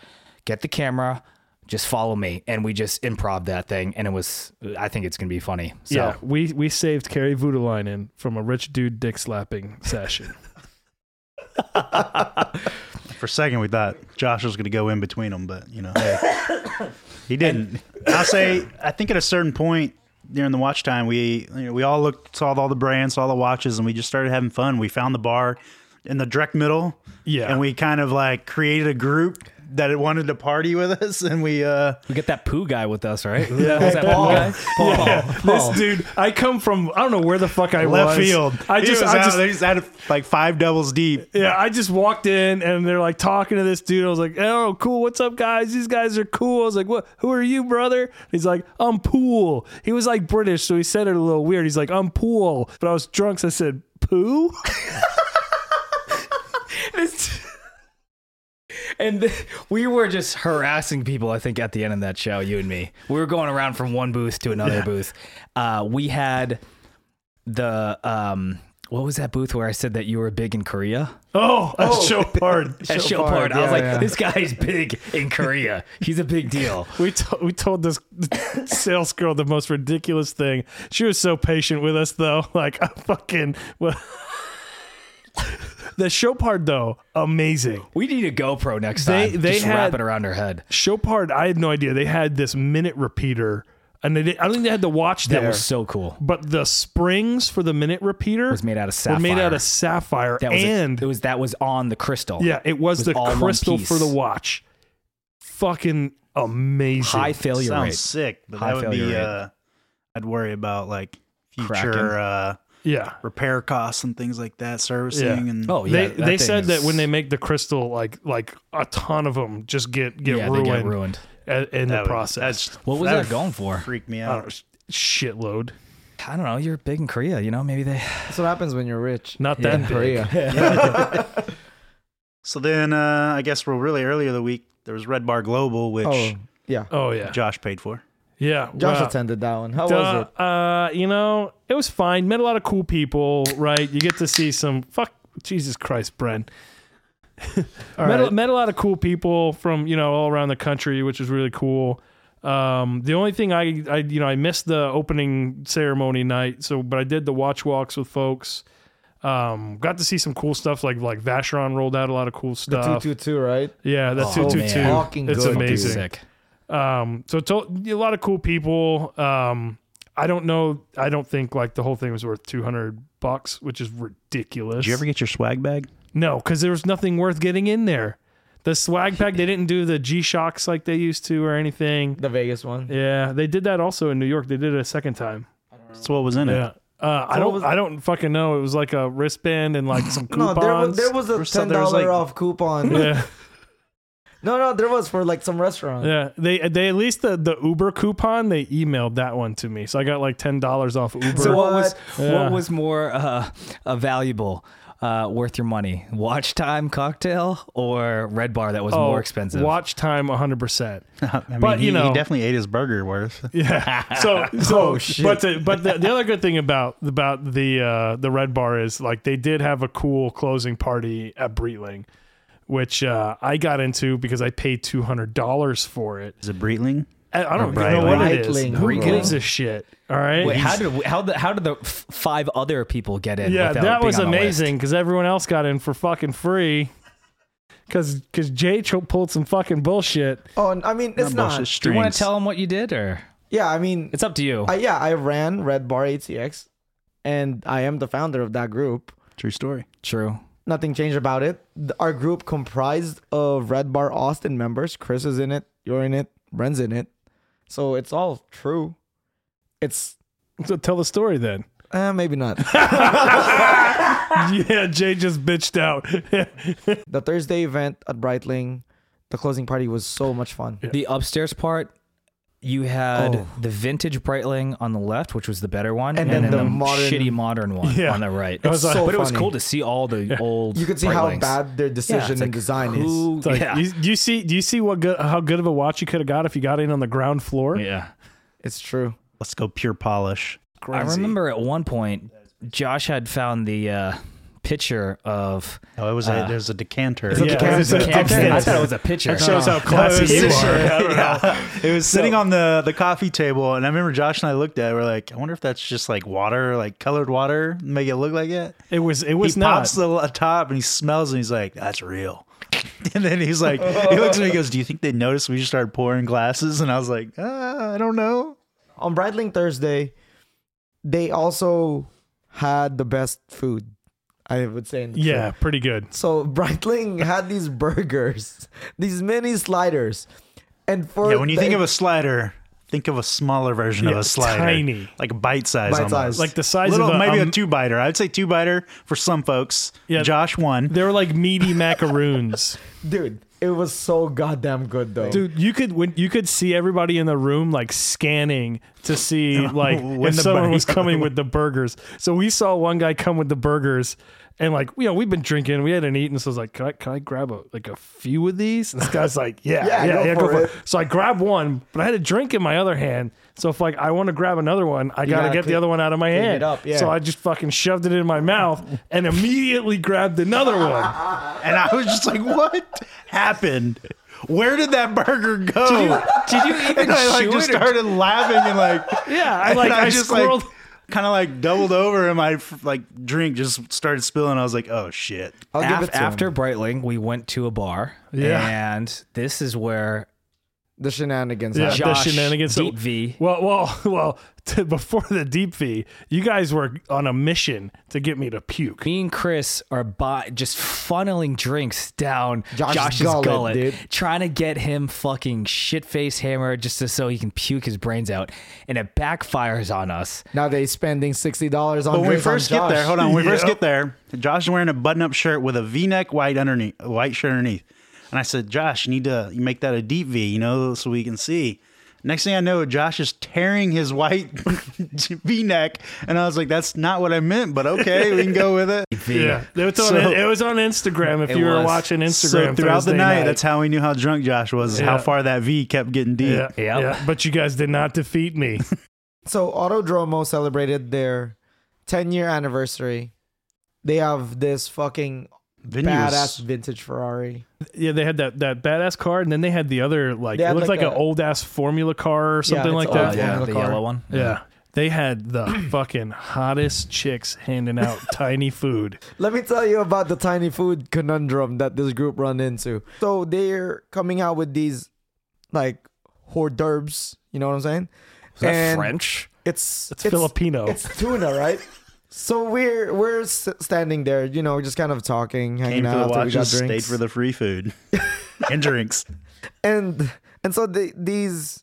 [SPEAKER 1] get the camera just follow me, and we just improv that thing, and it was. I think it's gonna be funny. So
[SPEAKER 4] Yeah, we we saved Carrie Voutilainen from a rich dude dick slapping session.
[SPEAKER 3] For a second, we thought Josh was going to go in between them, but you know, hey, he didn't. I'll say, I think at a certain point during the watch time, we you know, we all looked, saw all the brands, saw the watches, and we just started having fun. We found the bar in the direct middle,
[SPEAKER 4] Yeah.
[SPEAKER 3] and we kind of like created a group that it wanted to party with us, and we uh,
[SPEAKER 1] we get that poo guy with us, right? Yeah, was that poo guy? Paul.
[SPEAKER 4] This dude, I come from I don't know where the fuck I
[SPEAKER 3] Oh. left
[SPEAKER 4] was.
[SPEAKER 3] field.
[SPEAKER 4] I
[SPEAKER 3] He
[SPEAKER 4] just
[SPEAKER 3] was
[SPEAKER 4] I
[SPEAKER 3] out-
[SPEAKER 4] just
[SPEAKER 3] he's out like five doubles deep.
[SPEAKER 4] Yeah, I just walked in and they're like talking to this dude. I was like, "Oh, cool. What's up, guys? These guys are cool." I was like, "What? Who are you, brother?" He's like, "I'm Pool." He was like British, so he said it a little weird. He's like, "I'm Pool," but I was drunk, so I said, "Poo."
[SPEAKER 1] And th- we were just harassing people, I think, at the end of that show, you and me. We were going around from one booth to another booth. Uh, we had the, um, what was that booth where I said that you were big in Korea?
[SPEAKER 4] Oh, that's so hard.
[SPEAKER 1] At
[SPEAKER 2] Show
[SPEAKER 1] Shopard.
[SPEAKER 2] Park,
[SPEAKER 1] I was
[SPEAKER 2] yeah,
[SPEAKER 1] like,
[SPEAKER 2] yeah.
[SPEAKER 1] this guy's big in Korea. He's a big deal.
[SPEAKER 4] We, to- we told this sales girl the most ridiculous thing. She was so patient with us, though. Like, I fucking. Well, the show part, though, amazing.
[SPEAKER 1] We need a GoPro next
[SPEAKER 4] They-
[SPEAKER 1] time.
[SPEAKER 4] they
[SPEAKER 1] just
[SPEAKER 4] had-
[SPEAKER 1] wrap it around her head.
[SPEAKER 4] Show part, I had no idea. They had this minute repeater, and they did, I don't think they had the watch
[SPEAKER 1] That
[SPEAKER 4] there.
[SPEAKER 1] was so cool.
[SPEAKER 4] but the springs for the minute repeater
[SPEAKER 1] was made out of
[SPEAKER 4] were made
[SPEAKER 1] sapphire.
[SPEAKER 4] out of sapphire.
[SPEAKER 1] That was a-
[SPEAKER 4] and
[SPEAKER 1] it was that was on the crystal.
[SPEAKER 4] yeah, it was,
[SPEAKER 1] was
[SPEAKER 4] the
[SPEAKER 1] all one
[SPEAKER 4] crystal
[SPEAKER 1] piece.
[SPEAKER 4] for the watch. Fucking amazing.
[SPEAKER 1] High failure
[SPEAKER 3] Sounds
[SPEAKER 1] rate.
[SPEAKER 3] sick, but
[SPEAKER 1] High
[SPEAKER 3] that would be.
[SPEAKER 1] failure rate.
[SPEAKER 3] Uh, I'd worry about like
[SPEAKER 1] Cracking.
[SPEAKER 3] future uh,
[SPEAKER 4] yeah.
[SPEAKER 3] repair costs and things like that, servicing
[SPEAKER 4] Yeah.
[SPEAKER 3] and
[SPEAKER 1] Oh, yeah.
[SPEAKER 4] they
[SPEAKER 1] that
[SPEAKER 4] they
[SPEAKER 1] thing
[SPEAKER 4] said that
[SPEAKER 1] is-
[SPEAKER 4] when they make the crystal, like like a ton of them just get get
[SPEAKER 1] yeah,
[SPEAKER 4] ruined,
[SPEAKER 1] they get ruined.
[SPEAKER 4] a- in
[SPEAKER 3] That
[SPEAKER 4] the
[SPEAKER 3] would-
[SPEAKER 4] process.
[SPEAKER 3] that's-
[SPEAKER 1] What was
[SPEAKER 3] that
[SPEAKER 1] that
[SPEAKER 3] would
[SPEAKER 1] going for?
[SPEAKER 3] freak me
[SPEAKER 4] I don't
[SPEAKER 3] out.
[SPEAKER 4] know, shitload.
[SPEAKER 1] I don't know. You're big in Korea. You know, maybe they.
[SPEAKER 2] That's what happens when you're rich.
[SPEAKER 4] Not
[SPEAKER 1] Yeah.
[SPEAKER 4] that
[SPEAKER 2] in
[SPEAKER 4] big.
[SPEAKER 2] Korea.
[SPEAKER 3] So then, uh, I guess we're really earlier the week. There was Red Bar Global, which
[SPEAKER 2] Oh, yeah.
[SPEAKER 4] Oh yeah,
[SPEAKER 3] Josh paid for.
[SPEAKER 4] yeah.
[SPEAKER 2] Josh
[SPEAKER 4] wow.
[SPEAKER 2] attended that one. How was it?
[SPEAKER 4] Duh, Uh, you know, it was fine. Met a lot of cool people, right? You get to see some fuck Jesus Christ, Bren.
[SPEAKER 2] All
[SPEAKER 4] met,
[SPEAKER 2] right.
[SPEAKER 4] a, met a lot of cool people from you know all around the country, which was really cool. Um, the only thing I, I you know I missed the opening ceremony night, so but I did the watch walks with folks. Um, got to see some cool stuff like like Vacheron rolled out a lot of cool
[SPEAKER 2] Two
[SPEAKER 4] stuff.
[SPEAKER 2] two two, right?
[SPEAKER 4] yeah, that
[SPEAKER 1] Oh,
[SPEAKER 4] two two
[SPEAKER 1] man.
[SPEAKER 4] two.
[SPEAKER 2] Fucking
[SPEAKER 4] It's
[SPEAKER 2] good, dude.
[SPEAKER 4] amazing.
[SPEAKER 1] Sick.
[SPEAKER 4] Um, so to, a lot of cool people. Um, I don't know. I don't think like the whole thing was worth two hundred bucks, which is ridiculous.
[SPEAKER 3] Did you ever get your swag bag?
[SPEAKER 4] no, because there was nothing worth getting in there. The swag pack, they didn't do the G Shocks like they used to or anything.
[SPEAKER 2] The Vegas one.
[SPEAKER 4] Yeah, they did that also in New York. They did it a second time.
[SPEAKER 3] That's what was in it.
[SPEAKER 4] Yeah.
[SPEAKER 2] So
[SPEAKER 4] Uh, I
[SPEAKER 2] what
[SPEAKER 4] don't.
[SPEAKER 2] was-
[SPEAKER 4] I don't fucking know. It was like a wristband and like some
[SPEAKER 2] No,
[SPEAKER 4] coupons.
[SPEAKER 2] there was, there was a
[SPEAKER 3] Or some-
[SPEAKER 2] ten
[SPEAKER 3] there
[SPEAKER 2] dollar
[SPEAKER 3] was like-
[SPEAKER 2] off coupon.
[SPEAKER 4] yeah,
[SPEAKER 2] No, no, there was for like some restaurant.
[SPEAKER 4] yeah. They they at least the, the Uber coupon they emailed that one to me, so I got like ten dollars off Uber.
[SPEAKER 1] So what was
[SPEAKER 4] Yeah.
[SPEAKER 1] what was more uh, uh, valuable, uh, worth your money? Watch time cocktail or Red Bar that
[SPEAKER 4] Oh,
[SPEAKER 1] was more expensive?
[SPEAKER 4] Watch time 100%.
[SPEAKER 3] I mean,
[SPEAKER 4] But, you
[SPEAKER 3] he, he
[SPEAKER 4] know-
[SPEAKER 3] definitely ate his burger worth.
[SPEAKER 4] Yeah. So, so
[SPEAKER 1] Oh,
[SPEAKER 4] but the, but the, the other good thing about about the uh the red bar is like they did have a cool closing party at Breitling, which uh I got into because I paid $200 for it.
[SPEAKER 3] Is it Breitling?
[SPEAKER 4] I, I don't
[SPEAKER 3] Or
[SPEAKER 4] know what it is.
[SPEAKER 2] Breitling.
[SPEAKER 4] Who
[SPEAKER 2] Breitling.
[SPEAKER 4] gives a shit? All right?
[SPEAKER 1] Wait, how did how the, how did the f- five other people get in?
[SPEAKER 4] yeah,
[SPEAKER 1] without
[SPEAKER 4] that
[SPEAKER 1] being
[SPEAKER 4] was
[SPEAKER 1] on the list?
[SPEAKER 4] amazing because everyone else got in for fucking free. Cause, cause Jay tr- pulled some fucking bullshit.
[SPEAKER 2] Oh, and I mean, it's not.
[SPEAKER 1] Do you want to tell them what you did, or
[SPEAKER 2] Yeah, I mean,
[SPEAKER 1] it's up to you?
[SPEAKER 2] I, yeah, I ran Red Bar ATX, and I am the founder of that group.
[SPEAKER 3] True story.
[SPEAKER 1] True.
[SPEAKER 2] Nothing changed about it. Th- Our group comprised of Red Bar Austin members. Chris is in it. You're in it. Bren's in it. So it's all true. It's
[SPEAKER 4] So tell the story then.
[SPEAKER 2] eh, maybe not.
[SPEAKER 4] yeah, Jay just bitched out.
[SPEAKER 2] the Thursday event at Brightling, the closing party was so much fun.
[SPEAKER 1] The upstairs part, you had
[SPEAKER 2] Oh.
[SPEAKER 1] the vintage Breitling on the left, which was the better one,
[SPEAKER 2] And then the modern-
[SPEAKER 1] shitty modern one
[SPEAKER 4] Yeah.
[SPEAKER 1] on the right.
[SPEAKER 4] It was
[SPEAKER 2] It's so
[SPEAKER 1] but it was
[SPEAKER 2] funny.
[SPEAKER 1] cool to see all the old.
[SPEAKER 2] You could see
[SPEAKER 1] Breitlings.
[SPEAKER 2] how bad their
[SPEAKER 1] Yeah,
[SPEAKER 2] decision
[SPEAKER 1] it's
[SPEAKER 2] and
[SPEAKER 1] like,
[SPEAKER 2] design is.
[SPEAKER 1] who-
[SPEAKER 4] It's like,
[SPEAKER 1] yeah.
[SPEAKER 4] you, do you see? Do you see what good, how good of a watch you could have got if you got in on the ground floor?
[SPEAKER 1] yeah.
[SPEAKER 2] It's true.
[SPEAKER 3] Let's go pure polish.
[SPEAKER 1] I remember at one point Josh had found the uh, pitcher of.
[SPEAKER 3] Oh, it was a, there's a decanter.
[SPEAKER 4] a Yeah. decanter.
[SPEAKER 1] It's a
[SPEAKER 4] Upstairs.
[SPEAKER 1] decanter. I thought it was a pitcher.
[SPEAKER 4] That shows how
[SPEAKER 3] it was
[SPEAKER 4] classy
[SPEAKER 3] a
[SPEAKER 4] you are.
[SPEAKER 3] shirt. I don't know. It was sitting on the, the coffee table, and I remember Josh and I looked at it. We're like, I wonder if that's just like water, like colored water, make it look like it.
[SPEAKER 4] It was. It was
[SPEAKER 3] he
[SPEAKER 4] not.
[SPEAKER 3] pops the l- top and he smells and he's like, "That's real." And then he's like, he looks at me and goes, "Do you think they noticed we just started pouring glasses?" And I was like, uh, "I don't know."
[SPEAKER 2] on Bradling Thursday, they also had the best food. I would say. In the
[SPEAKER 4] yeah,
[SPEAKER 2] trip.
[SPEAKER 4] pretty good.
[SPEAKER 2] So Breitling had these burgers, these mini sliders, and for
[SPEAKER 3] Yeah, when you
[SPEAKER 2] the-
[SPEAKER 3] think of a slider, think of a smaller version of
[SPEAKER 4] Yeah,
[SPEAKER 3] a slider,
[SPEAKER 4] tiny.
[SPEAKER 3] like bite size,
[SPEAKER 2] Bite-size.
[SPEAKER 3] almost.
[SPEAKER 4] Like the size
[SPEAKER 3] little,
[SPEAKER 4] of a,
[SPEAKER 3] maybe
[SPEAKER 4] um,
[SPEAKER 3] a two biter. I'd say two biter for some folks.
[SPEAKER 4] Yeah.
[SPEAKER 3] Josh one.
[SPEAKER 4] They were like meaty macaroons,
[SPEAKER 2] dude, it was so goddamn good though.
[SPEAKER 4] dude. You could when you could see everybody in the room like scanning to see like
[SPEAKER 3] When
[SPEAKER 4] if someone
[SPEAKER 3] somebody-
[SPEAKER 4] was coming with the burgers. So we saw one guy come with the burgers. And like you know, we've been drinking, we hadn't eaten, so I was like, "Can I, can I grab a, like a few of these?" And this guy's like, "Yeah,
[SPEAKER 2] Yeah,
[SPEAKER 4] yeah, yeah,
[SPEAKER 2] go
[SPEAKER 4] go
[SPEAKER 2] for
[SPEAKER 4] for
[SPEAKER 2] it.
[SPEAKER 4] it." So I grabbed one, but I had a drink in my other hand. So if like I want to grab another one, I
[SPEAKER 2] gotta
[SPEAKER 4] gotta, get
[SPEAKER 2] clean-
[SPEAKER 4] the other one out of my
[SPEAKER 2] clean
[SPEAKER 4] hand.
[SPEAKER 2] it up, yeah.
[SPEAKER 4] So I just fucking shoved it in my mouth and immediately grabbed another one.
[SPEAKER 3] And I was just like, "What happened? Where did that burger go?"
[SPEAKER 1] Did you even
[SPEAKER 3] and I like just started laughing and like
[SPEAKER 4] Yeah, I like
[SPEAKER 3] and
[SPEAKER 4] I, squirreled.
[SPEAKER 3] like kind of like doubled over and my like drink just started spilling. I was like, oh shit.
[SPEAKER 2] I'll give it
[SPEAKER 1] Af-
[SPEAKER 2] to
[SPEAKER 1] after
[SPEAKER 2] him.
[SPEAKER 1] Brightling, we went to a bar.
[SPEAKER 4] Yeah.
[SPEAKER 1] And this is where
[SPEAKER 2] the shenanigans.
[SPEAKER 4] Yeah,
[SPEAKER 2] happened.
[SPEAKER 1] Josh
[SPEAKER 4] the shenanigans.
[SPEAKER 1] Deep V.
[SPEAKER 4] Well, well, well. To, before the deep V, you guys were on a mission to get me to puke.
[SPEAKER 1] me and Chris are by, just funneling drinks down
[SPEAKER 2] Josh's
[SPEAKER 1] Josh's,
[SPEAKER 2] gullet,
[SPEAKER 1] gullet,
[SPEAKER 2] dude.
[SPEAKER 1] trying to get him fucking shit face hammered just to, so he can puke his brains out, and it backfires on us.
[SPEAKER 2] Now they spending sixty dollars on.
[SPEAKER 3] But when we
[SPEAKER 2] drinks on
[SPEAKER 3] first get
[SPEAKER 2] Josh.
[SPEAKER 3] there, hold on. When we first
[SPEAKER 4] Yeah.
[SPEAKER 3] get there, Josh is wearing a button-up shirt with a V-neck white underneath, a white shirt underneath. And I said, Josh, you need to make that a deep V, you know, so we can see. Next thing I know, Josh is tearing his white V-neck, and I was like, "That's not what I meant," but okay, we can go with it.
[SPEAKER 1] uh,
[SPEAKER 4] Yeah, it was on,
[SPEAKER 3] So-
[SPEAKER 4] it was on Instagram. If
[SPEAKER 1] It
[SPEAKER 4] you were
[SPEAKER 1] was.
[SPEAKER 4] watching Instagram
[SPEAKER 3] so throughout the
[SPEAKER 4] Thursday
[SPEAKER 3] night, that's how we knew how drunk Josh was, is how
[SPEAKER 4] Yeah.
[SPEAKER 3] far that V kept getting deep.
[SPEAKER 4] yeah,
[SPEAKER 1] Yeah.
[SPEAKER 4] yeah. But you guys did not defeat me.
[SPEAKER 2] So Autodromo celebrated their ten year anniversary. They have this fucking
[SPEAKER 3] Then you was-
[SPEAKER 2] badass vintage Ferrari.
[SPEAKER 4] yeah, they had that that badass car, and then they had the other like
[SPEAKER 2] They
[SPEAKER 4] it
[SPEAKER 2] had
[SPEAKER 4] looked
[SPEAKER 2] like
[SPEAKER 4] like,
[SPEAKER 2] a-
[SPEAKER 4] an old ass formula car or something
[SPEAKER 2] it's
[SPEAKER 4] like
[SPEAKER 2] old.
[SPEAKER 4] that.
[SPEAKER 1] Uh, yeah,
[SPEAKER 2] Formula
[SPEAKER 1] the
[SPEAKER 2] car.
[SPEAKER 1] yellow one.
[SPEAKER 4] yeah. They had the fucking hottest chicks handing out tiny food.
[SPEAKER 2] Let me tell you about the tiny food conundrum that this group run into. So they're coming out with these like hors d'oeuvres, you know what I'm saying?
[SPEAKER 1] Was that
[SPEAKER 2] And
[SPEAKER 1] French?
[SPEAKER 2] It's
[SPEAKER 4] It's, Filipino.
[SPEAKER 2] It's tuna, right? so we're we're s- standing there, you know, just kind of talking, hanging
[SPEAKER 3] Came for the
[SPEAKER 2] out after we got
[SPEAKER 3] watches,
[SPEAKER 2] drinks.
[SPEAKER 3] stayed for the free food and drinks.
[SPEAKER 2] and and so the, these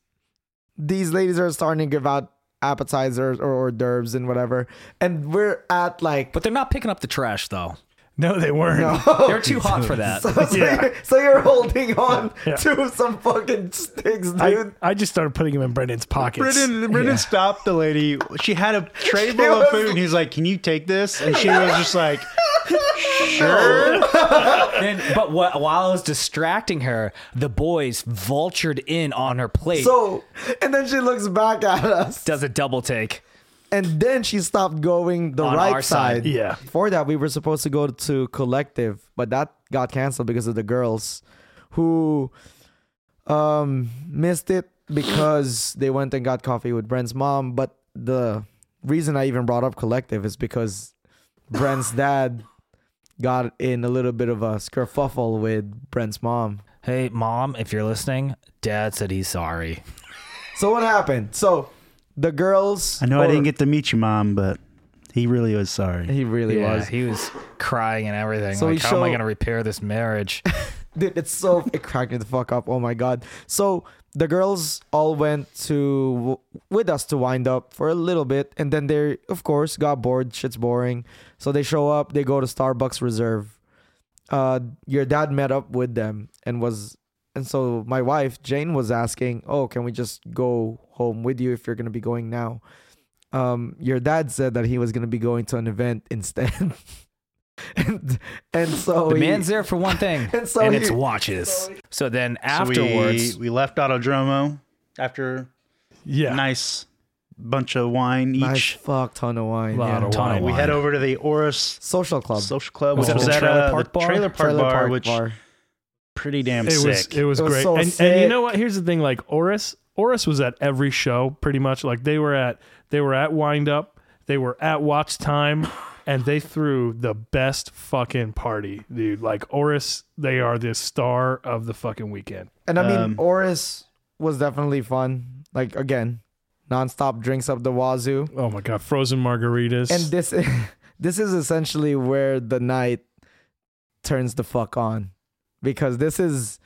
[SPEAKER 2] these ladies are starting to give out appetizers or hors d'oeuvres and whatever. And we're at like
[SPEAKER 1] But they're not picking up the trash though.
[SPEAKER 4] no, they weren't.
[SPEAKER 1] They're too hot for that.
[SPEAKER 2] So, so
[SPEAKER 4] Uh, Yeah.
[SPEAKER 2] you're, so you're holding on
[SPEAKER 4] Yeah.
[SPEAKER 2] to some fucking sticks,
[SPEAKER 4] I,
[SPEAKER 2] dude.
[SPEAKER 4] I just started putting them in Brendan's pockets.
[SPEAKER 3] Brendan, Brendan stopped the lady. She had a tray full
[SPEAKER 2] was-
[SPEAKER 3] of food, and he's like, "Can you take this?" And she was just like, "Sure."
[SPEAKER 1] Then, but wha- while I was distracting her, the boys vultured in on her plate.
[SPEAKER 2] so, and then she looks back at us,
[SPEAKER 1] does a double take.
[SPEAKER 2] and then she stopped going the
[SPEAKER 1] On
[SPEAKER 2] right
[SPEAKER 1] our
[SPEAKER 2] side.
[SPEAKER 1] side.
[SPEAKER 4] Yeah.
[SPEAKER 2] Before that, we were supposed to go to Collective, but that got canceled because of the girls who um missed it because they went and got coffee with Brent's mom. But the reason I even brought up Collective is because Brent's dad got in a little bit of a skerfuffle with Brent's mom.
[SPEAKER 1] Hey, mom, if you're listening, dad said he's sorry.
[SPEAKER 2] So what happened? So the girls.
[SPEAKER 3] I know I
[SPEAKER 2] or-
[SPEAKER 3] didn't get to meet you, mom, but he really was sorry.
[SPEAKER 2] He really
[SPEAKER 1] yeah,
[SPEAKER 2] was.
[SPEAKER 1] he was crying and everything.
[SPEAKER 2] So
[SPEAKER 1] like,
[SPEAKER 2] he
[SPEAKER 1] how am I
[SPEAKER 2] showed-
[SPEAKER 1] going to repair this marriage?
[SPEAKER 2] Dude, it's so it cracked me the fuck up. Oh my god. So the girls all went to with us to wind up for a little bit, and then they of course got bored. Shit's boring. So they show up. They go to Starbucks Reserve. Uh, your dad met up with them and was, and so my wife Jane was asking, "Oh, can we just go home with you if you're gonna be going now?" Um, your dad said that he was gonna be going to an event instead. And, and so
[SPEAKER 1] the
[SPEAKER 2] he-
[SPEAKER 1] man's there for one thing,
[SPEAKER 2] And
[SPEAKER 1] and,
[SPEAKER 2] so
[SPEAKER 1] it's
[SPEAKER 2] he-
[SPEAKER 1] watches. So, then
[SPEAKER 3] So we-
[SPEAKER 1] afterwards,
[SPEAKER 3] we, left Autodromo after
[SPEAKER 4] Yeah.
[SPEAKER 3] nice bunch of wine each.
[SPEAKER 2] Nice fuck ton of wine.
[SPEAKER 1] Lot
[SPEAKER 2] yeah.
[SPEAKER 1] of wine.
[SPEAKER 4] ton of
[SPEAKER 3] We head over to the Oris
[SPEAKER 2] Social club.
[SPEAKER 3] Social Club,
[SPEAKER 1] Was
[SPEAKER 3] which
[SPEAKER 1] that
[SPEAKER 3] was
[SPEAKER 1] the
[SPEAKER 3] at
[SPEAKER 1] trailer
[SPEAKER 3] uh,
[SPEAKER 1] park
[SPEAKER 3] the
[SPEAKER 1] bar?
[SPEAKER 3] trailer park
[SPEAKER 2] Trailer
[SPEAKER 3] bar,
[SPEAKER 2] park
[SPEAKER 3] which
[SPEAKER 2] bar.
[SPEAKER 3] pretty damn
[SPEAKER 4] it
[SPEAKER 3] sick.
[SPEAKER 4] was it was
[SPEAKER 2] It was
[SPEAKER 4] great.
[SPEAKER 2] so
[SPEAKER 4] and, and you
[SPEAKER 2] sick.
[SPEAKER 4] know what? Here's the thing: like Oris, Oris was at every show pretty much. Like they were at they were at Wind Up, they were at Watch Time, and they threw the best fucking party, dude. Like Oris, they are the star of the fucking weekend.
[SPEAKER 2] And I mean,
[SPEAKER 3] Um,
[SPEAKER 2] Oris was definitely fun. Like again, nonstop drinks up the wazoo.
[SPEAKER 4] Oh my god, frozen margaritas.
[SPEAKER 2] And this this is essentially where the night turns the fuck on. Because this is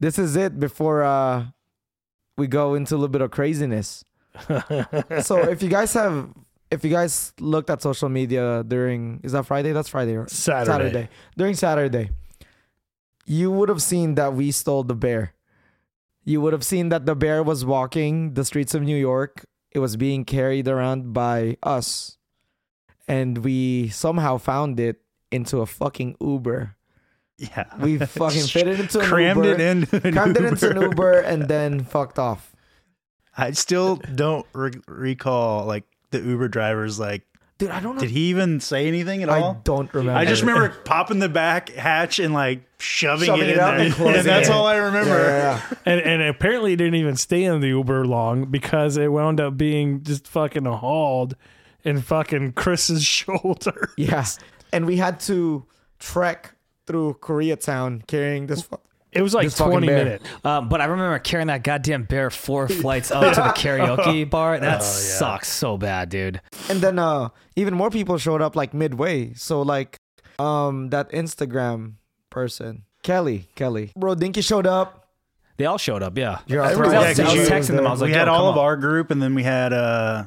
[SPEAKER 2] this is it before uh we go into a little bit of craziness. so if you guys have if you guys looked at social media during is that Friday? That's Friday, right?
[SPEAKER 4] Saturday.
[SPEAKER 2] Saturday. During Saturday, you would have seen that we stole the bear. You would have seen that the bear was walking the streets of New York. It was being carried around by us. And we somehow found it into a fucking Uber.
[SPEAKER 3] yeah,
[SPEAKER 2] We fucking fit it into an
[SPEAKER 3] crammed
[SPEAKER 2] Uber.
[SPEAKER 3] it into an
[SPEAKER 2] crammed
[SPEAKER 3] Uber.
[SPEAKER 2] it into an Uber and then fucked off.
[SPEAKER 3] I still don't re- recall like the Uber driver's like.
[SPEAKER 2] Dude, I don't know.
[SPEAKER 3] Did he even say anything at
[SPEAKER 2] I
[SPEAKER 3] all?
[SPEAKER 2] don't remember.
[SPEAKER 3] I just remember popping the back hatch and like shoving,
[SPEAKER 2] Shoving
[SPEAKER 3] it
[SPEAKER 2] it
[SPEAKER 3] in
[SPEAKER 2] out
[SPEAKER 3] there,
[SPEAKER 2] and closing
[SPEAKER 3] that's
[SPEAKER 2] it.
[SPEAKER 3] all I remember.
[SPEAKER 2] Yeah, yeah,
[SPEAKER 4] and and apparently it didn't even stay in the Uber long because it wound up being just fucking hauled in fucking Chris's shoulder.
[SPEAKER 2] yeah. Yeah. And we had to trek through Koreatown carrying this fu-
[SPEAKER 4] It was like
[SPEAKER 2] This fucking
[SPEAKER 4] twenty
[SPEAKER 2] bear.
[SPEAKER 4] minutes.
[SPEAKER 1] Um, but I remember carrying that goddamn bear four flights up to the
[SPEAKER 2] Oh,
[SPEAKER 1] karaoke bar. That sucks so bad, dude.
[SPEAKER 2] and then uh even more people showed up like midway so like um that instagram person kelly kelly bro dinky showed up
[SPEAKER 1] They all showed up, yeah.
[SPEAKER 2] You're all
[SPEAKER 1] Everybody-
[SPEAKER 2] right.
[SPEAKER 1] I was,
[SPEAKER 3] Yeah,
[SPEAKER 1] I was
[SPEAKER 3] 'cause you-
[SPEAKER 1] texting them. I was like,
[SPEAKER 3] we had
[SPEAKER 1] "Yo,
[SPEAKER 3] all
[SPEAKER 1] come
[SPEAKER 3] of
[SPEAKER 1] on."
[SPEAKER 3] our group, and then we had uh,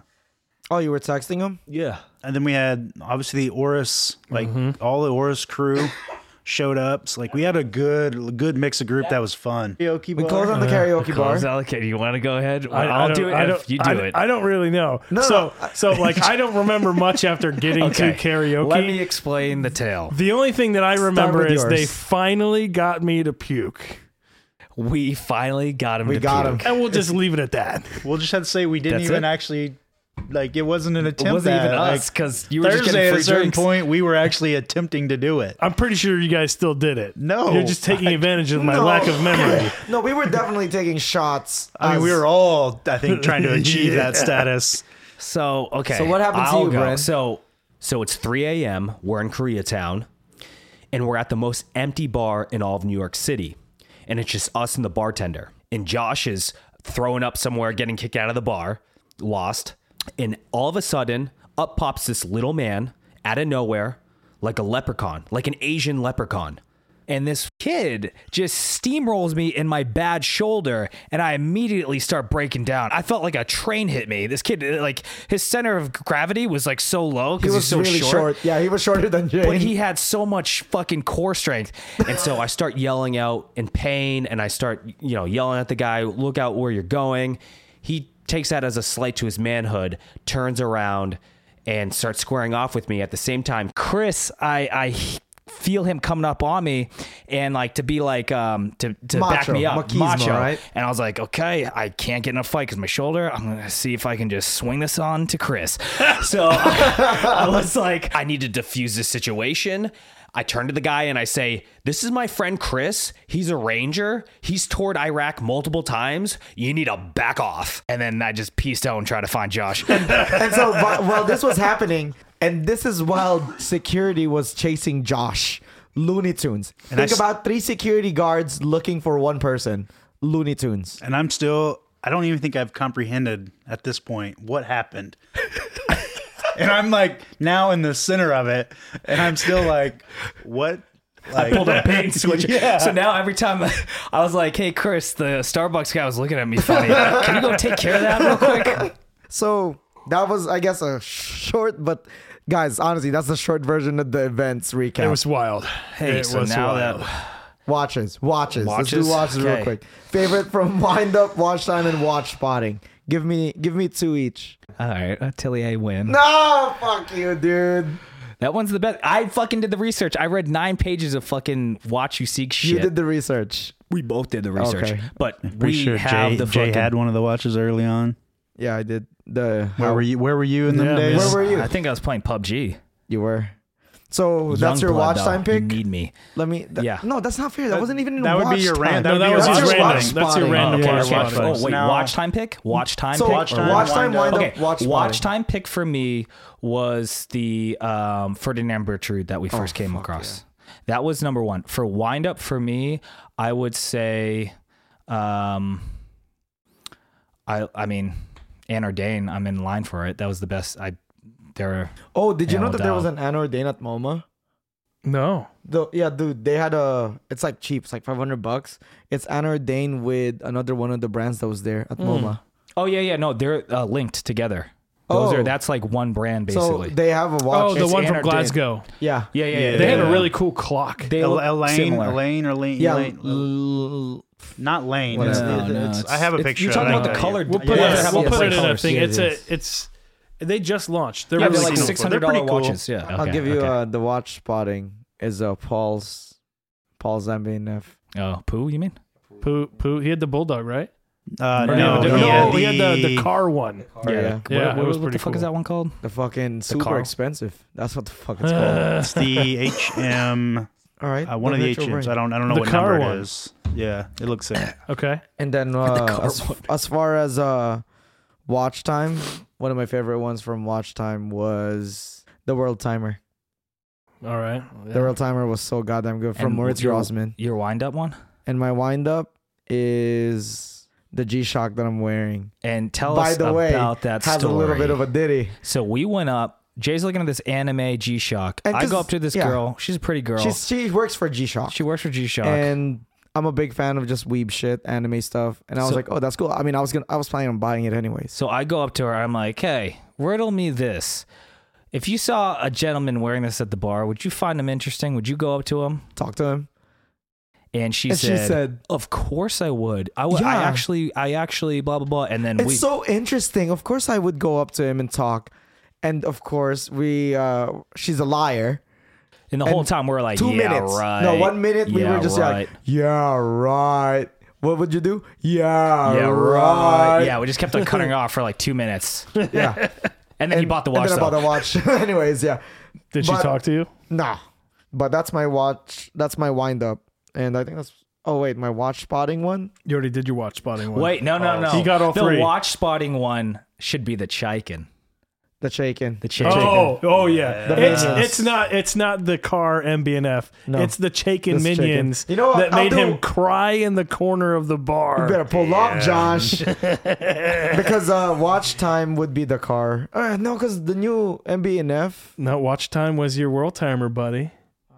[SPEAKER 2] oh you were texting him
[SPEAKER 1] Yeah.
[SPEAKER 3] and then we had obviously the Oris, like
[SPEAKER 1] Mm-hmm.
[SPEAKER 3] all the Oris crew showed up. So like we had a good, good mix of group that was fun. Karaoke
[SPEAKER 2] we closed on the karaoke bar
[SPEAKER 1] Close out. Okay, you want to go ahead? I,
[SPEAKER 4] I- I
[SPEAKER 1] will
[SPEAKER 4] don't-
[SPEAKER 1] do it
[SPEAKER 4] I
[SPEAKER 1] if
[SPEAKER 4] don't-
[SPEAKER 1] you do
[SPEAKER 4] I,
[SPEAKER 1] it.
[SPEAKER 4] I don't really know.
[SPEAKER 2] No,
[SPEAKER 4] so
[SPEAKER 2] no, I-
[SPEAKER 4] so like I don't remember much after getting to karaoke.
[SPEAKER 1] Let me explain the tale.
[SPEAKER 4] the only thing that I remember
[SPEAKER 2] with
[SPEAKER 4] is they
[SPEAKER 2] yours.
[SPEAKER 4] finally got me to puke.
[SPEAKER 1] We finally got him.
[SPEAKER 2] we
[SPEAKER 1] to
[SPEAKER 2] got
[SPEAKER 1] puke.
[SPEAKER 2] him
[SPEAKER 4] And we'll just leave it at that.
[SPEAKER 3] We'll just have to say we didn't
[SPEAKER 1] That's
[SPEAKER 3] even
[SPEAKER 1] it?
[SPEAKER 3] actually like it wasn't an attempt.
[SPEAKER 1] It wasn't
[SPEAKER 3] at,
[SPEAKER 1] even
[SPEAKER 3] like,
[SPEAKER 1] us because you were just
[SPEAKER 3] Thursday
[SPEAKER 1] getting
[SPEAKER 3] at
[SPEAKER 1] free
[SPEAKER 3] a certain
[SPEAKER 1] drinks.
[SPEAKER 3] point, we were actually attempting to do it.
[SPEAKER 4] I'm pretty sure you guys still did it.
[SPEAKER 3] No.
[SPEAKER 4] You're just taking advantage of my
[SPEAKER 2] No.
[SPEAKER 4] lack of memory.
[SPEAKER 2] no we were definitely taking shots
[SPEAKER 3] I mean,
[SPEAKER 2] as-
[SPEAKER 3] we were all, I think, trying to achieve that status.
[SPEAKER 1] So okay.
[SPEAKER 2] So what happened to
[SPEAKER 1] I'll
[SPEAKER 2] you,
[SPEAKER 1] go.
[SPEAKER 2] Brent?
[SPEAKER 1] So so it's 3 a.m. We're in Koreatown, and we're at the most empty bar in all of New York City, and it's just us and the bartender. And Josh is throwing up somewhere, getting kicked out of the bar, lost. And all of a sudden, up pops this little man out of nowhere, like a leprechaun, like an Asian leprechaun. And this kid just steamrolls me in my bad shoulder, and I immediately start breaking down. I felt like a train hit me. This kid, like his center of gravity was like so low
[SPEAKER 2] he
[SPEAKER 1] because
[SPEAKER 2] was
[SPEAKER 1] he's so
[SPEAKER 2] really short.
[SPEAKER 1] short
[SPEAKER 2] yeah he was shorter than Jay.
[SPEAKER 1] but he had so much fucking core strength. And so I start yelling out in pain and I start, you know, yelling at the guy, look out where you're going. He takes that as a slight to his manhood, turns around and starts squaring off with me at the same time. Chris, I, I h- feel him coming up on me and like to be like, um, to, to back
[SPEAKER 2] Macho,
[SPEAKER 1] me up.
[SPEAKER 2] machismo, right?
[SPEAKER 1] And I was like, okay, I can't get in a fight because my shoulder. I'm gonna see if I can just swing this on to Chris. So I was like, I need to diffuse this situation. I turn to the guy and I say, This is my friend Chris. He's a ranger. He's toured Iraq multiple times. You need to back off. And then I just peaced out and tried to find Josh.
[SPEAKER 2] and so while, while this was happening and this is while security was chasing josh looney tunes think
[SPEAKER 3] I s-
[SPEAKER 2] about three security guards looking for one person looney tunes
[SPEAKER 3] and I'm still I don't even think I've comprehended at this point what happened. and I'm like now in the center of it and I'm still like what like
[SPEAKER 1] pulled a bait and switch.
[SPEAKER 3] Yeah.
[SPEAKER 1] So now every time I was like, Hey, Chris, the Starbucks guy was looking at me funny. Can you go take care of that real quick?
[SPEAKER 2] So that was, I guess, a short, but guys, honestly, that's the short version of the events recap.
[SPEAKER 4] It was wild.
[SPEAKER 1] Hey,
[SPEAKER 4] it
[SPEAKER 1] so
[SPEAKER 4] was
[SPEAKER 1] now
[SPEAKER 4] wild.
[SPEAKER 1] that
[SPEAKER 2] watches, watches. Let's
[SPEAKER 1] Watches?
[SPEAKER 2] do watches
[SPEAKER 1] Okay.
[SPEAKER 2] real quick. Favorite from wind up, watch time, and watch spotting. Give me, give me two each.
[SPEAKER 1] All right, Atelier win.
[SPEAKER 2] No, fuck you, dude.
[SPEAKER 1] That one's the best. I fucking did the research. I read nine pages of fucking Watch You Seek shit.
[SPEAKER 2] You did the research.
[SPEAKER 1] we both did the research,
[SPEAKER 2] Okay.
[SPEAKER 1] but we
[SPEAKER 3] Pretty sure
[SPEAKER 1] have
[SPEAKER 3] Jay,
[SPEAKER 1] the
[SPEAKER 3] Jay
[SPEAKER 1] fucking.
[SPEAKER 3] had one of the watches early on.
[SPEAKER 2] Yeah, I did. the
[SPEAKER 3] Where
[SPEAKER 2] how-
[SPEAKER 3] were you? Where were you in them
[SPEAKER 4] Yeah,
[SPEAKER 3] days?
[SPEAKER 4] man.
[SPEAKER 2] Where were you?
[SPEAKER 1] I think I was playing PUBG.
[SPEAKER 2] You were. So that's your
[SPEAKER 1] Youngblood,
[SPEAKER 2] watch
[SPEAKER 1] though.
[SPEAKER 2] time pick.
[SPEAKER 1] You need me.
[SPEAKER 2] Let me. th-
[SPEAKER 1] Yeah.
[SPEAKER 2] No, that's not fair. That, wasn't even.
[SPEAKER 3] that would be
[SPEAKER 2] watch
[SPEAKER 3] your
[SPEAKER 2] time.
[SPEAKER 3] rant.
[SPEAKER 4] No,
[SPEAKER 3] would
[SPEAKER 4] that
[SPEAKER 3] be
[SPEAKER 4] was
[SPEAKER 3] your
[SPEAKER 4] just
[SPEAKER 3] watch
[SPEAKER 4] random.
[SPEAKER 3] spotting.
[SPEAKER 4] That's your
[SPEAKER 2] spotting.
[SPEAKER 4] random
[SPEAKER 3] Okay,
[SPEAKER 4] watch
[SPEAKER 3] watch
[SPEAKER 4] spotting.
[SPEAKER 3] spotting.
[SPEAKER 1] Oh wait,
[SPEAKER 3] Now-
[SPEAKER 1] watch time pick. Watch time
[SPEAKER 2] So
[SPEAKER 1] pick.
[SPEAKER 2] watch
[SPEAKER 1] or
[SPEAKER 2] time,
[SPEAKER 1] watch-
[SPEAKER 2] wind
[SPEAKER 1] Okay,
[SPEAKER 2] up, watch,
[SPEAKER 1] watch
[SPEAKER 2] spotting.
[SPEAKER 1] time pick for me was the um, Ferdinand Bertrude that we
[SPEAKER 2] Oh,
[SPEAKER 1] first came across. That was number one. For wind up for me, I would say, um, I I mean, Anne Ordain. I'm in line for it. That was the best. I there.
[SPEAKER 2] Oh, did you
[SPEAKER 1] Yeah,
[SPEAKER 2] know
[SPEAKER 1] no
[SPEAKER 2] that there was
[SPEAKER 1] doubt.
[SPEAKER 2] an Anna Ordain at MoMA?
[SPEAKER 4] No.
[SPEAKER 2] The, yeah, dude, they had a. It's like cheap. It's like five hundred bucks. It's Anna Ordain with another one of the brands that was there at
[SPEAKER 4] Hmm.
[SPEAKER 2] MoMA.
[SPEAKER 1] Oh yeah, yeah. No, they're uh, linked together. Those
[SPEAKER 2] Oh.
[SPEAKER 1] are that's like one brand
[SPEAKER 2] So
[SPEAKER 1] basically.
[SPEAKER 2] they have a watch.
[SPEAKER 4] Oh, the
[SPEAKER 1] It's
[SPEAKER 4] one from
[SPEAKER 1] Anarchy.
[SPEAKER 4] Glasgow.
[SPEAKER 2] yeah.
[SPEAKER 1] yeah, yeah, yeah.
[SPEAKER 4] They had
[SPEAKER 1] yeah.
[SPEAKER 4] a really cool clock.
[SPEAKER 1] They
[SPEAKER 3] El-
[SPEAKER 1] look
[SPEAKER 3] Elaine,
[SPEAKER 1] similar.
[SPEAKER 3] Elaine, or Lane,
[SPEAKER 2] Yeah.
[SPEAKER 3] Elaine,
[SPEAKER 2] l-
[SPEAKER 3] not Lane.
[SPEAKER 2] Whatever.
[SPEAKER 3] It's,
[SPEAKER 2] No,
[SPEAKER 3] it's-
[SPEAKER 1] no,
[SPEAKER 3] it's-
[SPEAKER 1] it's-
[SPEAKER 3] I have a
[SPEAKER 1] it's-
[SPEAKER 3] picture.
[SPEAKER 1] you're talking
[SPEAKER 3] I
[SPEAKER 1] about
[SPEAKER 3] don't
[SPEAKER 1] the
[SPEAKER 3] know.
[SPEAKER 1] colored-
[SPEAKER 4] We'll put
[SPEAKER 1] Yeah,
[SPEAKER 4] it.
[SPEAKER 1] yeah,
[SPEAKER 4] We'll
[SPEAKER 1] yeah,
[SPEAKER 4] put
[SPEAKER 1] yeah,
[SPEAKER 4] it in a
[SPEAKER 1] colors,
[SPEAKER 4] thing.
[SPEAKER 2] yeah,
[SPEAKER 4] It's
[SPEAKER 2] it
[SPEAKER 4] a.
[SPEAKER 2] is.
[SPEAKER 4] It's. They just launched. They're
[SPEAKER 1] Yeah,
[SPEAKER 4] really
[SPEAKER 1] they're like
[SPEAKER 3] cool.
[SPEAKER 1] six
[SPEAKER 3] They're
[SPEAKER 1] hundred
[SPEAKER 3] pretty
[SPEAKER 1] dollar
[SPEAKER 3] cool.
[SPEAKER 1] watches. Yeah,
[SPEAKER 2] I'll
[SPEAKER 1] okay,
[SPEAKER 2] give you
[SPEAKER 1] okay.
[SPEAKER 2] uh, the watch spotting is uh, Paul's Paul's MBNF.
[SPEAKER 1] Oh, poo, you mean?
[SPEAKER 4] Poo, poo. He had the bulldog, right?
[SPEAKER 3] Uh,
[SPEAKER 1] Or
[SPEAKER 3] no,
[SPEAKER 1] no,
[SPEAKER 3] no,
[SPEAKER 1] he had
[SPEAKER 4] he had the, the car one.
[SPEAKER 2] Yeah.
[SPEAKER 4] Yeah,
[SPEAKER 1] what,
[SPEAKER 4] it was
[SPEAKER 1] what
[SPEAKER 4] pretty
[SPEAKER 1] the fuck
[SPEAKER 4] cool.
[SPEAKER 1] is that one called?
[SPEAKER 2] The fucking super
[SPEAKER 1] Carl?
[SPEAKER 2] expensive. That's what the fuck it's called.
[SPEAKER 3] It's the HM,
[SPEAKER 2] All right.
[SPEAKER 3] uh, one of the
[SPEAKER 2] Virtual
[SPEAKER 3] HMs.
[SPEAKER 2] Brain.
[SPEAKER 3] I don't, I don't know
[SPEAKER 4] The
[SPEAKER 3] what
[SPEAKER 4] car
[SPEAKER 3] number
[SPEAKER 4] one.
[SPEAKER 3] it is. Yeah, it looks sick.
[SPEAKER 4] Okay.
[SPEAKER 2] And then uh, as, as far as uh, watch time, one of my favorite ones from watch time was the world timer.
[SPEAKER 4] All right.
[SPEAKER 2] The world timer was so goddamn good from
[SPEAKER 1] And
[SPEAKER 2] Moritz
[SPEAKER 1] your-
[SPEAKER 2] Grossman.
[SPEAKER 1] Your wind up one?
[SPEAKER 2] And my wind up is the G Shock that I'm wearing.
[SPEAKER 1] And tell
[SPEAKER 2] By
[SPEAKER 1] us
[SPEAKER 2] the way,
[SPEAKER 1] about that
[SPEAKER 2] Has
[SPEAKER 1] story.
[SPEAKER 2] a little bit of a ditty.
[SPEAKER 1] so we went up. Jay's looking at this anime G Shock.
[SPEAKER 2] And
[SPEAKER 1] I
[SPEAKER 2] 'cause-
[SPEAKER 1] go up to this
[SPEAKER 2] yeah.
[SPEAKER 1] girl. She's a pretty girl.
[SPEAKER 2] She's, she works for G Shock.
[SPEAKER 1] she works for G Shock.
[SPEAKER 2] and I'm a big fan of just weeb shit, anime stuff, and I was
[SPEAKER 1] So-
[SPEAKER 2] like, oh, that's cool. I mean, I was gonna, I was planning on buying it anyways.
[SPEAKER 1] So I go up to her. I'm like, hey, riddle me this. If you saw a gentleman wearing this at the bar, would you find him interesting? Would you go up to him?
[SPEAKER 2] Talk to him,
[SPEAKER 1] And she,
[SPEAKER 2] and
[SPEAKER 1] said,
[SPEAKER 2] she said,
[SPEAKER 1] "Of course I would. I would.
[SPEAKER 2] Yeah.
[SPEAKER 1] I actually, I actually, blah blah blah." And then
[SPEAKER 2] it's
[SPEAKER 1] we,
[SPEAKER 2] so interesting. Of course, I would go up to him and talk, and of course, we, uh, she's a liar.
[SPEAKER 1] and the whole
[SPEAKER 2] and
[SPEAKER 1] time we're like,
[SPEAKER 2] Two
[SPEAKER 1] "Yeah,
[SPEAKER 2] minutes,
[SPEAKER 1] right."
[SPEAKER 2] no, one minute we
[SPEAKER 1] Yeah,
[SPEAKER 2] were just
[SPEAKER 1] right.
[SPEAKER 2] like, yeah, right. What would you do? Yeah,
[SPEAKER 1] Yeah, right.
[SPEAKER 2] right.
[SPEAKER 1] Yeah, we just kept on cutting her off for like two minutes. And
[SPEAKER 2] yeah.
[SPEAKER 1] then he bought the
[SPEAKER 2] and
[SPEAKER 1] watch.
[SPEAKER 2] then I
[SPEAKER 1] though.
[SPEAKER 2] bought a watch. anyways, yeah.
[SPEAKER 4] Did she
[SPEAKER 2] But-
[SPEAKER 4] talk to you?
[SPEAKER 2] Nah. But that's my watch. That's my wind up. And I think that's. Oh, wait. My watch spotting one?
[SPEAKER 4] You already did your watch spotting one. Oh,
[SPEAKER 1] Wait, no, no, no.
[SPEAKER 4] He got all
[SPEAKER 1] the
[SPEAKER 4] three.
[SPEAKER 1] watch spotting one should be the Chiken.
[SPEAKER 2] The shaken.
[SPEAKER 1] The Chiken.
[SPEAKER 4] Oh, oh yeah.
[SPEAKER 2] The
[SPEAKER 4] It's,
[SPEAKER 2] minions.
[SPEAKER 4] it's not it's not the car MBNF.
[SPEAKER 2] No.
[SPEAKER 4] It's the Chaikin
[SPEAKER 2] It's Chaikin.
[SPEAKER 4] minions
[SPEAKER 2] You know what?
[SPEAKER 4] that
[SPEAKER 2] I'll
[SPEAKER 4] made
[SPEAKER 2] do-
[SPEAKER 4] him cry in the corner of the bar.
[SPEAKER 2] You better pull up, Josh. because uh, watch time would be the car. Uh, no, because the new MBNF.
[SPEAKER 4] No, watch time was your world timer, buddy.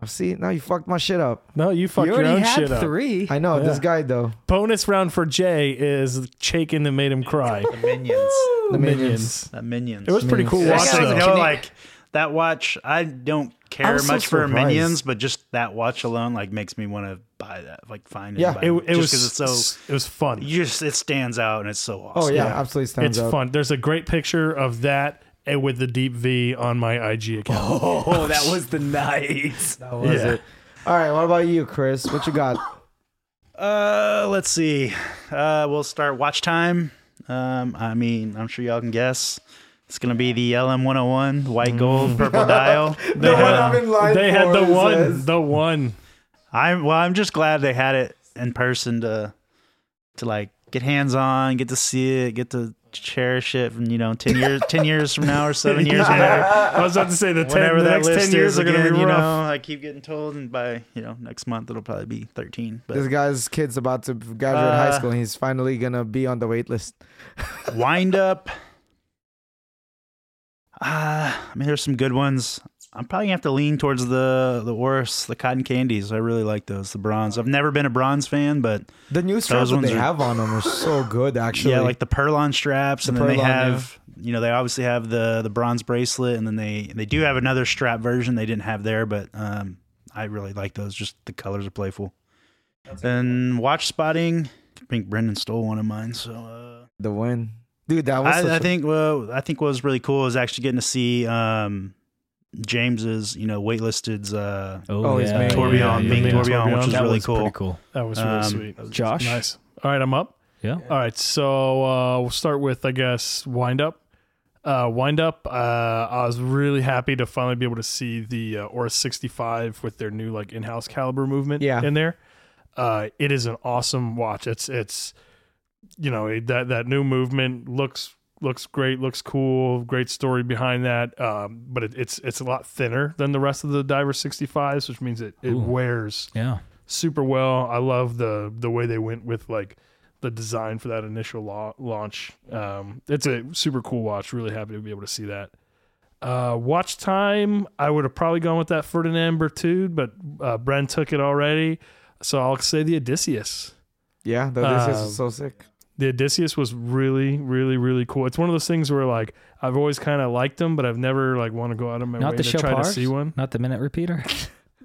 [SPEAKER 2] See, now you fucked my shit up.
[SPEAKER 4] No, you fucked your own shit up.
[SPEAKER 1] three.
[SPEAKER 2] I know, this guy, though.
[SPEAKER 4] Bonus round for Jay is Chaikin that made him cry.
[SPEAKER 3] The minions.
[SPEAKER 2] The minions.
[SPEAKER 3] The minions.
[SPEAKER 4] It was pretty cool
[SPEAKER 3] That
[SPEAKER 4] watch
[SPEAKER 3] guy's-
[SPEAKER 4] though.
[SPEAKER 3] you know, like that watch. I don't care
[SPEAKER 2] was so
[SPEAKER 3] much for
[SPEAKER 2] surprised.
[SPEAKER 3] minions, but just that watch alone, like, makes me want to buy that. Like, find it.
[SPEAKER 2] Yeah.
[SPEAKER 3] and buy
[SPEAKER 4] It, it
[SPEAKER 3] just
[SPEAKER 4] was
[SPEAKER 3] because it's so.
[SPEAKER 4] it was fun.
[SPEAKER 3] You just it stands out and it's so
[SPEAKER 2] Oh,
[SPEAKER 3] awesome.
[SPEAKER 2] yeah,
[SPEAKER 4] Yeah.
[SPEAKER 2] absolutely stands
[SPEAKER 4] It's
[SPEAKER 2] out.
[SPEAKER 4] fun. There's a great picture of that and with the deep V on my IG account.
[SPEAKER 1] Oh, that was the night.
[SPEAKER 4] yeah.
[SPEAKER 2] All right, what about you, Chris? What you got?
[SPEAKER 3] Uh, let's see. Uh, we'll start watch time. Um, I mean, I'm sure y'all can guess. It's gonna be the LM101, white gold, purple dial.
[SPEAKER 4] They
[SPEAKER 2] one
[SPEAKER 4] had,
[SPEAKER 2] I'm in line
[SPEAKER 4] they had
[SPEAKER 2] for,
[SPEAKER 4] the
[SPEAKER 2] it
[SPEAKER 4] one,
[SPEAKER 2] says.
[SPEAKER 4] the one.
[SPEAKER 3] I'm well. I'm just glad they had it in person to to like get hands on, get to see it, get to cherish it. From you know, ten years, ten years from now or seven years, whenever,
[SPEAKER 4] I was about to say the, ten,
[SPEAKER 3] whenever
[SPEAKER 4] the
[SPEAKER 3] that
[SPEAKER 4] next
[SPEAKER 3] list
[SPEAKER 4] ten years
[SPEAKER 3] is
[SPEAKER 4] are going to
[SPEAKER 3] again.
[SPEAKER 4] be
[SPEAKER 3] You
[SPEAKER 4] rough.
[SPEAKER 3] know, I keep getting told, and by you know next month it'll probably be thirteen.
[SPEAKER 2] This
[SPEAKER 3] But
[SPEAKER 2] guy's kid's about to graduate
[SPEAKER 3] Uh,
[SPEAKER 2] high school, and he's finally going to be on the wait list.
[SPEAKER 3] wind up. Ah, I mean, there's some good ones. I'm probably gonna have to lean towards the the worst, the cotton candies. I really like those, the bronze. I've never been a bronze fan, but
[SPEAKER 2] The new straps that
[SPEAKER 3] ones
[SPEAKER 2] they
[SPEAKER 3] are-
[SPEAKER 2] have on them are so good, actually.
[SPEAKER 3] Yeah, like the Perlon straps,
[SPEAKER 2] The
[SPEAKER 3] and then they
[SPEAKER 2] Perlon,
[SPEAKER 3] have you know they obviously have the the bronze bracelet, and then they they do have another strap version they didn't have there, but um, I really like those. Just the colors are playful. And watch spotting, I think Brendan stole one of mine. So uh,
[SPEAKER 2] the win. Dude, that was Oh, such
[SPEAKER 3] I, I
[SPEAKER 2] a-
[SPEAKER 3] think well, I think what was really cool is actually getting to see um, James's you know waitlisted's uh,
[SPEAKER 2] Oh, he's made-
[SPEAKER 3] Tourbillon,
[SPEAKER 4] yeah, yeah,
[SPEAKER 3] Bing
[SPEAKER 4] yeah.
[SPEAKER 3] Tourbillon,
[SPEAKER 4] Tourbillon.
[SPEAKER 3] which was
[SPEAKER 1] That
[SPEAKER 3] really
[SPEAKER 1] was
[SPEAKER 3] cool.
[SPEAKER 1] pretty cool.
[SPEAKER 4] That was really
[SPEAKER 3] Um,
[SPEAKER 4] sweet.
[SPEAKER 1] Josh?
[SPEAKER 4] nice. All right, I'm up.
[SPEAKER 1] Yeah.
[SPEAKER 4] All right, so uh, we'll start with I guess wind up. uh, wind up. Uh, I was really happy to finally be able to see the uh, Aura 65 with their new like in-house caliber movement
[SPEAKER 2] Yeah.
[SPEAKER 4] in there. Uh, it is an awesome watch. It's it's you know it- that that new movement looks looks great, looks cool, great story behind that. Um, but it, it's it's a lot thinner than the rest of the Diver 65s, which means it, it
[SPEAKER 1] Ooh.
[SPEAKER 4] wears
[SPEAKER 1] Yeah.
[SPEAKER 4] super well. I love the the way they went with like the design for that initial la- launch. Um, it's a super cool watch. Really happy to be able to see that. Uh, watch time. I would have probably gone with that Ferdinand Bertude, but uh, Bren took it already, so I'll say the Odysseus.
[SPEAKER 2] Yeah, the Odysseus
[SPEAKER 4] Um,
[SPEAKER 2] is so sick.
[SPEAKER 4] The Odysseus was really, really, really cool. It's one of those things where like I've always kind of liked them, but I've never like want to go out of my
[SPEAKER 1] Not
[SPEAKER 4] way
[SPEAKER 1] the
[SPEAKER 4] to try to
[SPEAKER 1] Chopars?
[SPEAKER 4] see one.
[SPEAKER 1] Not the minute repeater.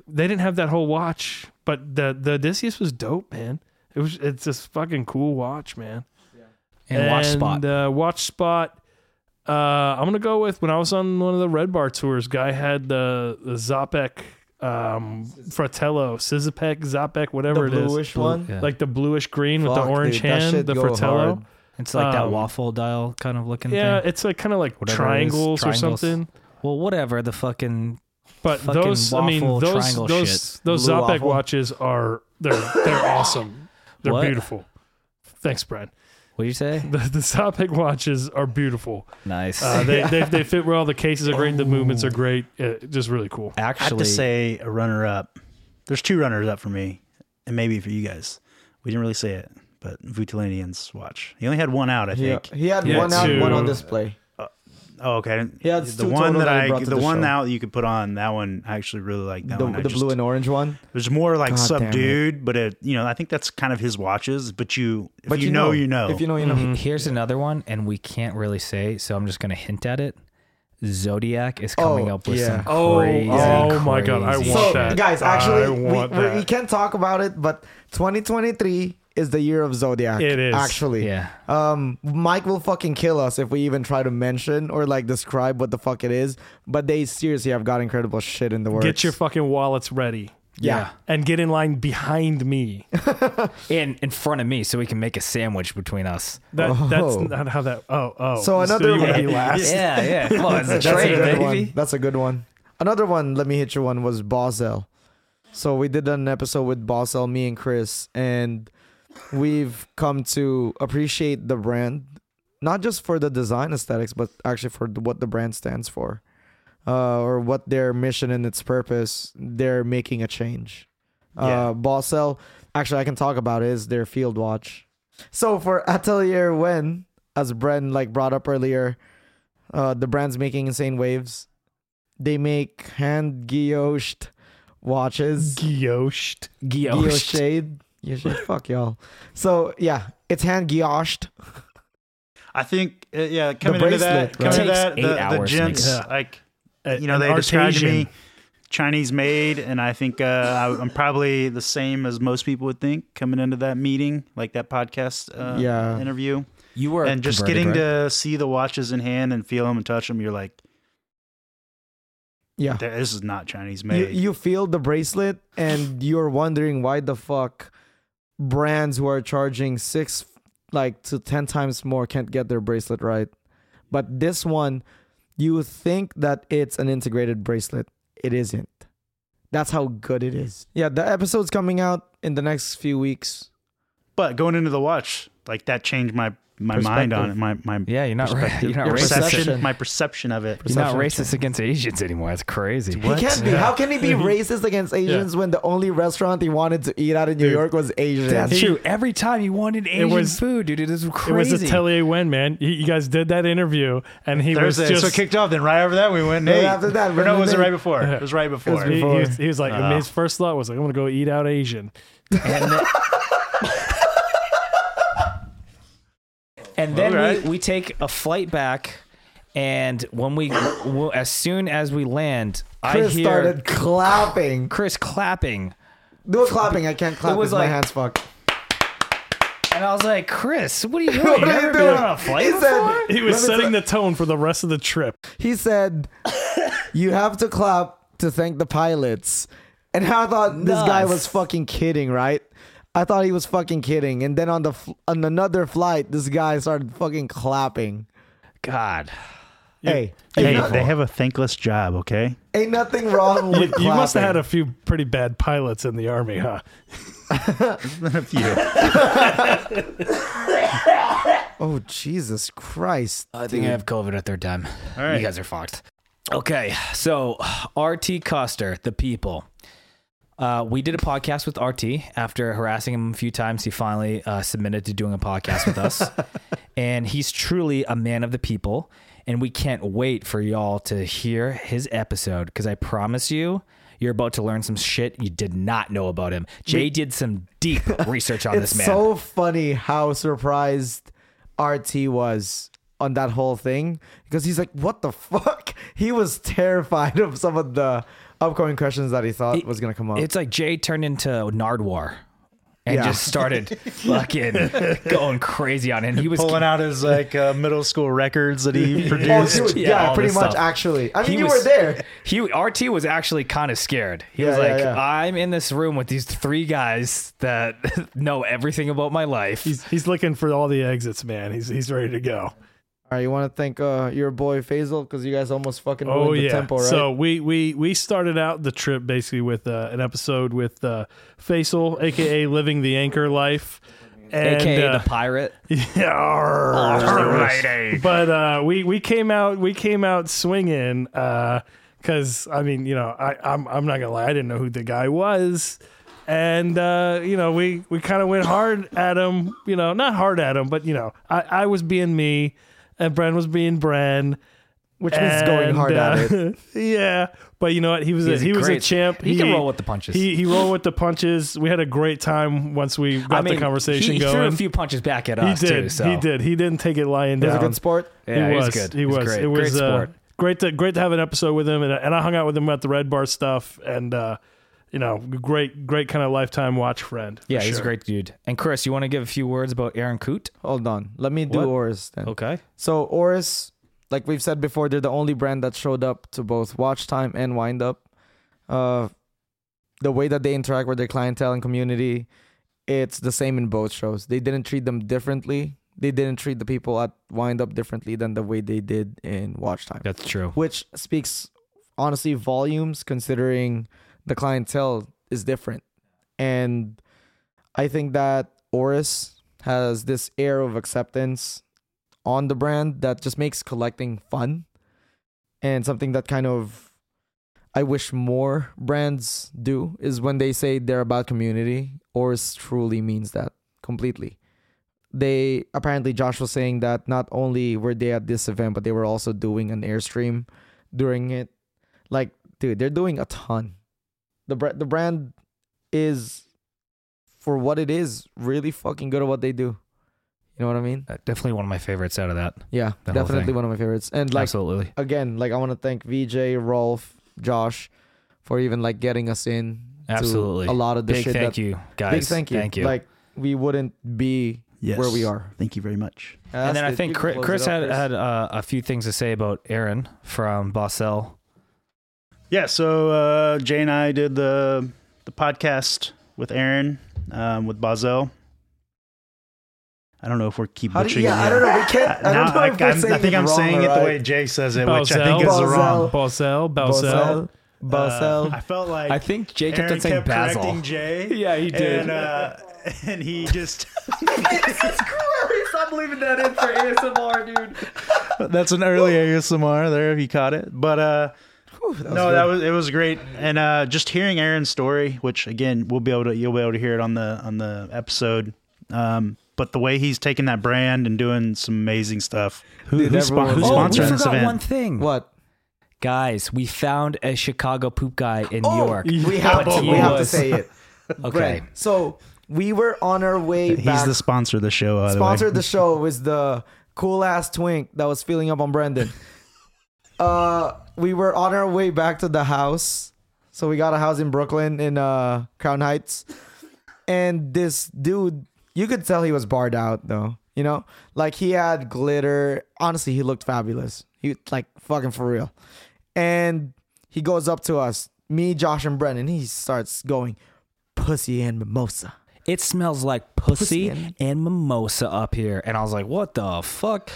[SPEAKER 4] they didn't have that whole watch, but the the Odysseus was dope, man. It was it's this fucking cool watch, man.
[SPEAKER 1] And, watch spot.
[SPEAKER 4] Uh, watch spot. Uh, I'm gonna go with when I was on one of the Red Bar tours. Guy had the the Zopek, um, Fratello, Sizipek, Zopek, whatever
[SPEAKER 2] the
[SPEAKER 4] it is,
[SPEAKER 2] bluish one.
[SPEAKER 1] Yeah.
[SPEAKER 4] like the bluish green with
[SPEAKER 2] Fuck,
[SPEAKER 4] the orange
[SPEAKER 2] dude, that
[SPEAKER 4] hand,
[SPEAKER 2] shit
[SPEAKER 4] the
[SPEAKER 2] go
[SPEAKER 4] Fratello.
[SPEAKER 2] hard.
[SPEAKER 1] it's like that
[SPEAKER 4] um,
[SPEAKER 1] waffle dial kind of looking
[SPEAKER 4] Yeah,
[SPEAKER 1] thing.
[SPEAKER 4] it's like kind of like
[SPEAKER 1] Whatever it is,
[SPEAKER 4] triangles, or
[SPEAKER 1] triangles.
[SPEAKER 4] something.
[SPEAKER 1] Well, whatever. The fucking
[SPEAKER 4] But
[SPEAKER 1] Fucking
[SPEAKER 4] those, I mean,
[SPEAKER 1] waffle
[SPEAKER 4] those
[SPEAKER 1] triangle
[SPEAKER 4] those
[SPEAKER 1] shit.
[SPEAKER 4] those
[SPEAKER 2] Blue
[SPEAKER 4] Zopek
[SPEAKER 2] waffle.
[SPEAKER 4] watches are they're they're awesome. They're
[SPEAKER 1] What?
[SPEAKER 4] beautiful. Thanks, Brad.
[SPEAKER 1] what do you say?
[SPEAKER 4] The, the Zopek watches are beautiful.
[SPEAKER 1] Nice.
[SPEAKER 4] Uh, they, they they fit well. The cases are
[SPEAKER 1] Oh.
[SPEAKER 4] great. The movements are great. Uh, just really cool.
[SPEAKER 1] Actually,
[SPEAKER 3] I have to say a runner up. There's two runners up for me, and maybe for you guys. We didn't really say it, but Vutulanian's watch. He only had one out, I
[SPEAKER 2] He,
[SPEAKER 3] think.
[SPEAKER 2] he had
[SPEAKER 4] Yeah,
[SPEAKER 2] one out, one
[SPEAKER 4] two.
[SPEAKER 2] on display.
[SPEAKER 3] Oh, okay. I didn't-
[SPEAKER 2] Yeah, it's
[SPEAKER 3] the
[SPEAKER 2] two
[SPEAKER 3] one
[SPEAKER 2] total
[SPEAKER 3] that
[SPEAKER 2] that he
[SPEAKER 3] I,
[SPEAKER 2] brought to
[SPEAKER 3] the,
[SPEAKER 2] the
[SPEAKER 3] one
[SPEAKER 2] show.
[SPEAKER 3] now that you could put on. That one I actually really like that
[SPEAKER 2] The,
[SPEAKER 3] one. I
[SPEAKER 2] the
[SPEAKER 3] just-
[SPEAKER 2] blue and orange one.
[SPEAKER 3] It was more like
[SPEAKER 2] God damn it.
[SPEAKER 3] subdued, but it you know I think that's kind of his watches. But you, if
[SPEAKER 2] But
[SPEAKER 3] you, know, you know.
[SPEAKER 2] If you know, you know.
[SPEAKER 4] Mm-hmm.
[SPEAKER 1] Here's another one, and we can't really say, so I'm just going to hint at it. Zodiac is coming
[SPEAKER 2] Oh,
[SPEAKER 1] up with
[SPEAKER 2] yeah.
[SPEAKER 1] some
[SPEAKER 4] Oh,
[SPEAKER 1] crazy.
[SPEAKER 4] oh my God, I
[SPEAKER 1] crazy
[SPEAKER 4] want
[SPEAKER 2] So,
[SPEAKER 1] shit.
[SPEAKER 4] that.
[SPEAKER 2] guys,
[SPEAKER 4] I
[SPEAKER 2] actually, we,
[SPEAKER 4] want
[SPEAKER 2] we, we
[SPEAKER 4] that.
[SPEAKER 2] can't talk about it, but 2023 is the year of Zodiac.
[SPEAKER 4] It is.
[SPEAKER 2] actually.
[SPEAKER 1] Yeah.
[SPEAKER 2] Um, Mike will fucking kill us if we even try to mention or like describe what the fuck it is. But they seriously have got incredible shit in the works.
[SPEAKER 4] Get your fucking wallets ready
[SPEAKER 2] yeah.
[SPEAKER 4] and get in line behind me.
[SPEAKER 1] In in front of me, so we can make a sandwich between us.
[SPEAKER 4] That that's
[SPEAKER 2] Oh.
[SPEAKER 4] not how that. Oh oh.
[SPEAKER 2] So another
[SPEAKER 4] you wanna
[SPEAKER 2] one.
[SPEAKER 4] be last.
[SPEAKER 1] Yeah, yeah. Come on, it's Oh, a
[SPEAKER 2] That's
[SPEAKER 1] trade,
[SPEAKER 2] a good
[SPEAKER 1] baby.
[SPEAKER 2] one. That's a good one. Another one. Let me hit you one was Bosel. So we did an episode with Bosel, me and Chris, and we've come to appreciate the brand, not just for the design aesthetics, but actually for the, what the brand stands for, uh, or what their mission and its purpose. They're making a change.
[SPEAKER 3] Yeah.
[SPEAKER 2] Uh, Bosel, actually, I can talk about it, is their field watch. So for Atelier Wen, as Bren like brought up earlier, uh, the brand's making insane waves. They make hand guilloched watches.
[SPEAKER 4] Guilloched.
[SPEAKER 1] Guillaume.
[SPEAKER 2] Guilloched. Guilloched. Fuck y'all. So yeah, it's hand guilloched.
[SPEAKER 3] I think uh, yeah, coming into
[SPEAKER 2] bracelet,
[SPEAKER 3] that, coming
[SPEAKER 1] right?
[SPEAKER 3] into that,
[SPEAKER 1] Takes eight
[SPEAKER 3] the, the
[SPEAKER 1] hours,
[SPEAKER 3] gents
[SPEAKER 1] nigga.
[SPEAKER 3] like
[SPEAKER 4] A-
[SPEAKER 3] you know
[SPEAKER 4] an
[SPEAKER 3] they described to
[SPEAKER 4] artesian.
[SPEAKER 3] me Chinese made, and I think uh, I, I'm probably the same as most people would think coming into that meeting, like that podcast uh,
[SPEAKER 2] Yeah.
[SPEAKER 3] interview,
[SPEAKER 1] You were
[SPEAKER 3] and just
[SPEAKER 1] converted,
[SPEAKER 3] getting
[SPEAKER 1] right?
[SPEAKER 3] to see the watches in hand and feel them and touch them. You're like,
[SPEAKER 2] Yeah.
[SPEAKER 3] this is not Chinese
[SPEAKER 2] You,
[SPEAKER 3] made.
[SPEAKER 2] you feel the bracelet and you're wondering why the fuck brands who are charging six like to ten times more can't get their bracelet right. But this one, you think that it's an integrated bracelet. It isn't. That's how good it is. Yeah, the episode's coming out in the next few weeks.
[SPEAKER 3] but going into the watch, like that changed my my mind on it. My my
[SPEAKER 1] Yeah, you're not. Ra-
[SPEAKER 3] perspective-
[SPEAKER 1] you're not
[SPEAKER 3] your
[SPEAKER 1] racist.
[SPEAKER 3] perception,
[SPEAKER 2] Perception.
[SPEAKER 3] my perception of it.
[SPEAKER 1] You're not
[SPEAKER 2] Perception.
[SPEAKER 1] racist against Asians anymore. That's crazy.
[SPEAKER 2] He can't be. How can he be racist against Asians when the only restaurant he wanted to eat at in New York was Asian?
[SPEAKER 1] That's true. Every time you wanted Asian
[SPEAKER 4] was-
[SPEAKER 1] food, dude, it is
[SPEAKER 4] It was
[SPEAKER 1] crazy.
[SPEAKER 4] Atelier Wen, man. You, you guys did that interview, and he
[SPEAKER 3] Thursday.
[SPEAKER 4] was
[SPEAKER 3] so it
[SPEAKER 4] just
[SPEAKER 3] kicked off. Then right over that we went.
[SPEAKER 2] Right
[SPEAKER 3] Nate.
[SPEAKER 2] after that,
[SPEAKER 3] or no, was it
[SPEAKER 2] Nate.
[SPEAKER 3] right before? It was right before.
[SPEAKER 4] He, he was, he was like,
[SPEAKER 3] Oh.
[SPEAKER 4] his first thought was like, I'm gonna go eat out Asian.
[SPEAKER 1] and then, And then
[SPEAKER 3] Alright.
[SPEAKER 1] we, we take a flight back, and when we, well, as soon as we land,
[SPEAKER 2] Chris
[SPEAKER 1] I hear
[SPEAKER 2] started clapping.
[SPEAKER 1] Chris clapping,
[SPEAKER 2] Do a clapping. I can't clap.
[SPEAKER 1] It was
[SPEAKER 2] because
[SPEAKER 1] like-
[SPEAKER 2] my hands fucked.
[SPEAKER 1] and I was like, "Chris, what are you doing?
[SPEAKER 2] What
[SPEAKER 1] you
[SPEAKER 2] are you
[SPEAKER 1] never
[SPEAKER 2] doing?"
[SPEAKER 1] been on a flight
[SPEAKER 2] He said-
[SPEAKER 1] before?"
[SPEAKER 4] He
[SPEAKER 2] Let
[SPEAKER 4] was
[SPEAKER 2] me
[SPEAKER 4] setting
[SPEAKER 2] tell-
[SPEAKER 4] the tone for the rest of the trip.
[SPEAKER 2] He said, "You have to clap to thank the pilots." And I thought this guy
[SPEAKER 1] Nuts.
[SPEAKER 2] was fucking kidding, right? I thought he was fucking kidding. And then on the fl- on another flight, this guy started fucking clapping.
[SPEAKER 1] God,
[SPEAKER 2] Hey,
[SPEAKER 3] Hey,
[SPEAKER 2] ain't,
[SPEAKER 3] they have a thankless job, okay?
[SPEAKER 2] ain't nothing wrong with
[SPEAKER 4] You, you must have had
[SPEAKER 2] clapping.
[SPEAKER 4] a few pretty bad pilots in the army, huh?
[SPEAKER 3] a few.
[SPEAKER 2] Oh Jesus Christ!
[SPEAKER 1] I think I have COVID a third time. All
[SPEAKER 3] right.
[SPEAKER 1] You guys are fucked. Okay, so RT Custer, the people. Uh, we did a podcast with RT after harassing him a few times. He finally uh, submitted to doing a podcast with us. and he's truly a man of the people. And we can't wait for y'all to hear his episode because I promise you, you're about to learn some shit you did not know about him. Jay did some deep research on
[SPEAKER 2] It's
[SPEAKER 1] this man.
[SPEAKER 2] so funny how surprised RT was on that whole thing because he's like, "What the fuck?" He was terrified of some of the upcoming questions that he thought
[SPEAKER 1] It-
[SPEAKER 2] was gonna come up.
[SPEAKER 1] It's like Jay turned into Nardwar and
[SPEAKER 2] Yeah.
[SPEAKER 1] just started fucking going crazy on him. He was
[SPEAKER 3] Pulling out his like uh, middle school records that he
[SPEAKER 2] oh,
[SPEAKER 3] produced.
[SPEAKER 2] dude,
[SPEAKER 1] yeah,
[SPEAKER 2] yeah,
[SPEAKER 1] all
[SPEAKER 2] pretty
[SPEAKER 1] this
[SPEAKER 2] much.
[SPEAKER 1] stuff.
[SPEAKER 2] Actually, I mean,
[SPEAKER 1] He
[SPEAKER 2] you
[SPEAKER 1] was-
[SPEAKER 2] were there.
[SPEAKER 1] He RT was actually kind of scared. He was
[SPEAKER 2] Yeah, yeah,
[SPEAKER 1] like,
[SPEAKER 2] yeah.
[SPEAKER 1] "I'm in this room with these three guys that know everything about my life."
[SPEAKER 4] He's he's looking for all the exits, man. He's he's ready to go.
[SPEAKER 2] All right, you want to thank uh, your boy Faisal because you guys almost fucking ruined
[SPEAKER 4] Oh
[SPEAKER 2] the
[SPEAKER 4] yeah.
[SPEAKER 2] tempo, right?
[SPEAKER 4] So we we we started out the trip basically with uh, an episode with uh, Faisal, aka Living the Anchor Life, and,
[SPEAKER 1] AKA
[SPEAKER 4] uh,
[SPEAKER 1] the pirate.
[SPEAKER 4] Yeah, arr.
[SPEAKER 1] Alrighty.
[SPEAKER 4] But uh, we we came out we came out swinging because I mean you know I I'm I'm not gonna lie I didn't know who the guy was. And uh, you know we, we kind of went hard at him, you know not hard at him, but you know I, I was being me, and Bren was being Bren, uh,
[SPEAKER 2] which means going hard
[SPEAKER 1] uh,
[SPEAKER 2] at it.
[SPEAKER 4] yeah, but you know what? He was
[SPEAKER 1] He's
[SPEAKER 4] a,
[SPEAKER 1] a
[SPEAKER 4] he was a
[SPEAKER 1] great-
[SPEAKER 4] champ.
[SPEAKER 1] he can roll with the punches.
[SPEAKER 4] He he rolled with the punches. We had a great time once we got
[SPEAKER 1] I mean,
[SPEAKER 4] the conversation
[SPEAKER 1] he
[SPEAKER 4] going.
[SPEAKER 1] threw a few punches back at
[SPEAKER 4] he
[SPEAKER 1] us
[SPEAKER 4] did.
[SPEAKER 1] too. So
[SPEAKER 4] He did. He didn't take it lying
[SPEAKER 2] It was
[SPEAKER 4] down.
[SPEAKER 2] a good sport.
[SPEAKER 1] Yeah,
[SPEAKER 4] he
[SPEAKER 1] he's
[SPEAKER 4] was.
[SPEAKER 1] good.
[SPEAKER 4] He
[SPEAKER 1] He's
[SPEAKER 4] was.
[SPEAKER 1] great.
[SPEAKER 4] It was
[SPEAKER 1] Great sport.
[SPEAKER 4] Uh, great to great to have an episode with him, and, and I hung out with him at the Red Bar stuff, and uh, you know, great great kind of lifetime watch friend. for
[SPEAKER 1] yeah, he's a
[SPEAKER 4] sure.
[SPEAKER 1] great dude. And Chris, you want to give a few words about Aaron Coote?
[SPEAKER 2] Hold on, let me do
[SPEAKER 1] What?
[SPEAKER 2] Oris then.
[SPEAKER 1] Okay.
[SPEAKER 2] So Oris, like we've said before, they're the only brand that showed up to both watch time and wind up. Uh, the way that they interact with their clientele and community, it's the same in both shows. They didn't treat them differently. They didn't treat the people at wind up differently than the way they did in watch time.
[SPEAKER 1] That's true.
[SPEAKER 2] which speaks honestly volumes considering the clientele is different and i think that oris has this air of acceptance on the brand that just makes collecting fun and something that kind of i wish more brands do is when they say they're about community oris truly means that completely they apparently Josh was saying that not only were they at this event, but they were also doing an airstream during it. Like, dude, they're doing a ton. The br- the brand is for what it is really fucking good at what they do. You know what I mean?
[SPEAKER 1] Uh, definitely one of my favorites out of that.
[SPEAKER 2] Yeah,
[SPEAKER 1] The whole
[SPEAKER 2] definitely
[SPEAKER 1] thing.
[SPEAKER 2] one of my favorites. And like
[SPEAKER 1] Absolutely.
[SPEAKER 2] again, like I want to thank VJ, Rolf, Josh for even like getting us in. to
[SPEAKER 1] Absolutely.
[SPEAKER 2] a lot of the
[SPEAKER 1] Big
[SPEAKER 2] shit.
[SPEAKER 1] thank
[SPEAKER 2] that,
[SPEAKER 1] you, guys.
[SPEAKER 2] Big thank you.
[SPEAKER 1] Thank you.
[SPEAKER 2] Like we wouldn't be
[SPEAKER 3] Yes.
[SPEAKER 2] where we are.
[SPEAKER 3] Thank you very much.
[SPEAKER 1] and then I think Chris, Chris had had uh, a few things to say about Aaron from Bossell.
[SPEAKER 3] Yeah, so uh, Jay and I did the the podcast with Aaron, um, with Bazel. I don't know if we're keep
[SPEAKER 2] How do you,
[SPEAKER 3] butchering. Uh,
[SPEAKER 2] yeah, I don't know. We can't. I don't know if
[SPEAKER 3] I,
[SPEAKER 2] we're
[SPEAKER 3] am
[SPEAKER 2] saying
[SPEAKER 3] I think
[SPEAKER 2] it
[SPEAKER 3] I'm
[SPEAKER 2] wrong
[SPEAKER 3] saying
[SPEAKER 2] or
[SPEAKER 3] it the
[SPEAKER 2] right.
[SPEAKER 3] way Jay says it, which I think
[SPEAKER 4] Bazel.
[SPEAKER 3] is wrong. Uh,
[SPEAKER 4] Balsell, Balsell.
[SPEAKER 2] Bosel,
[SPEAKER 1] Uh,
[SPEAKER 2] Bosel.
[SPEAKER 3] I felt like
[SPEAKER 1] I think Jay kept
[SPEAKER 3] Aaron
[SPEAKER 1] on saying
[SPEAKER 3] kept correcting
[SPEAKER 1] Basil.
[SPEAKER 3] Jay.
[SPEAKER 1] Yeah, he did.
[SPEAKER 3] And, uh, and he just
[SPEAKER 2] Stop leaving that in for ASMR, dude.
[SPEAKER 3] that's an early ASMR there if you caught it. But uh no, that was it was great, and uh, just hearing Aaron's story, which again we'll be able to you'll be able to hear it on the on the episode. Um, but the way he's taking that brand and doing some amazing stuff. Who,
[SPEAKER 2] Dude,
[SPEAKER 3] who's
[SPEAKER 2] everyone-
[SPEAKER 3] who's
[SPEAKER 2] Oh, we
[SPEAKER 3] sponsoring this event?
[SPEAKER 1] thing.
[SPEAKER 2] What?
[SPEAKER 1] Guys, we found a Chicago poop guy in
[SPEAKER 3] Oh,
[SPEAKER 1] New York.
[SPEAKER 2] Oh, We have
[SPEAKER 1] But
[SPEAKER 2] to.
[SPEAKER 1] he
[SPEAKER 2] We have to
[SPEAKER 1] was-
[SPEAKER 2] say it.
[SPEAKER 1] Okay.
[SPEAKER 2] Brent, So we were on our way
[SPEAKER 3] He's
[SPEAKER 2] back.
[SPEAKER 3] the sponsor of the show. By
[SPEAKER 2] sponsor
[SPEAKER 3] the
[SPEAKER 2] of the show was the cool ass twink that was feeling up on Brendan. uh, we were on our way back to the house, so we got a house in Brooklyn in uh Crown Heights, and this dude, you could tell he was barred out though. You know, like he had glitter. Honestly, he looked fabulous. He like fucking for real, and he goes up to us, me, Josh, and Brendan. He starts going, "Pussy and mimosa."
[SPEAKER 1] it smells like pussy,
[SPEAKER 2] Pussy and-
[SPEAKER 1] and mimosa up here. And I was like, what the fuck?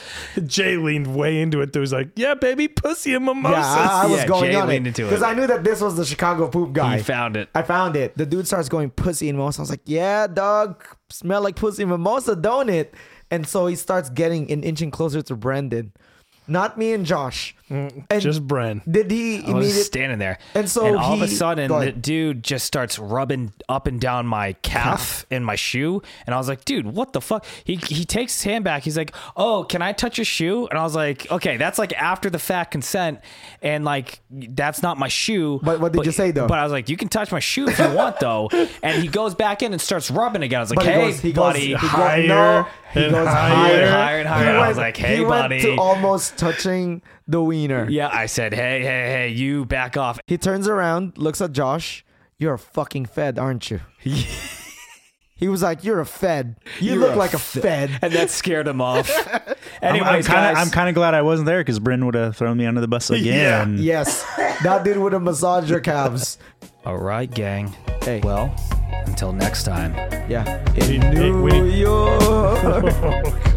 [SPEAKER 4] Jay leaned way into it. There was like, yeah, baby, pussy and mimosas.
[SPEAKER 2] Yeah, I, I was
[SPEAKER 1] Yeah,
[SPEAKER 2] going
[SPEAKER 1] Jay
[SPEAKER 2] on
[SPEAKER 1] leaned
[SPEAKER 2] it
[SPEAKER 1] into it.
[SPEAKER 2] because I knew that this was the Chicago poop guy.
[SPEAKER 1] He found it.
[SPEAKER 2] I found it. The dude starts going pussy and mimosa. I was like, yeah, dog, smell like pussy and mimosa, don't it? And so he starts getting an inching closer to Brandon, not me and Josh.
[SPEAKER 1] Mm,
[SPEAKER 2] and
[SPEAKER 4] Just Bren.
[SPEAKER 2] did
[SPEAKER 1] I
[SPEAKER 2] he
[SPEAKER 1] was just
[SPEAKER 2] immediately?
[SPEAKER 1] standing there,
[SPEAKER 2] And so
[SPEAKER 1] and all of a
[SPEAKER 2] he-
[SPEAKER 1] sudden,
[SPEAKER 2] go
[SPEAKER 1] the
[SPEAKER 2] ahead.
[SPEAKER 1] dude just starts rubbing up and down my calf and my shoe, and I was like, "Dude, what the fuck?" He he takes his hand back. He's like, "Oh, can I touch your shoe?" And I was like, "Okay, that's like after the fact consent, and like that's not my shoe."
[SPEAKER 2] But what did you say, though?
[SPEAKER 1] But I was like, "You can touch my shoe if you want, though." And he goes back in and starts rubbing again. I was like,
[SPEAKER 2] But he
[SPEAKER 1] "Hey,
[SPEAKER 2] goes- he goes-
[SPEAKER 1] buddy."
[SPEAKER 2] he goes-
[SPEAKER 4] higher
[SPEAKER 2] no, he
[SPEAKER 4] and
[SPEAKER 2] goes
[SPEAKER 4] higher.
[SPEAKER 2] higher,
[SPEAKER 1] Higher and higher.
[SPEAKER 2] He
[SPEAKER 1] I was like, hey,
[SPEAKER 2] he
[SPEAKER 1] buddy.
[SPEAKER 2] went to almost touching the wiener.
[SPEAKER 1] yeah, I said, "Hey, hey, hey, you back off."
[SPEAKER 2] He turns around, looks at Josh. You're a fucking fed, aren't you? he was like, "You're a fed. You
[SPEAKER 1] You're
[SPEAKER 2] look
[SPEAKER 1] a
[SPEAKER 2] like a fed."
[SPEAKER 1] And that scared him off.
[SPEAKER 3] I'm-
[SPEAKER 1] Anyways,
[SPEAKER 3] I'm kind
[SPEAKER 1] guys,
[SPEAKER 3] of I'm kind of glad I wasn't there because Bryn would have thrown me under the bus again.
[SPEAKER 2] Yes, that dude would have massaged your calves.
[SPEAKER 1] All right, gang.
[SPEAKER 2] Hey.
[SPEAKER 1] Well, until next time.
[SPEAKER 2] Yeah.
[SPEAKER 4] Hey, hey, wait.
[SPEAKER 2] York.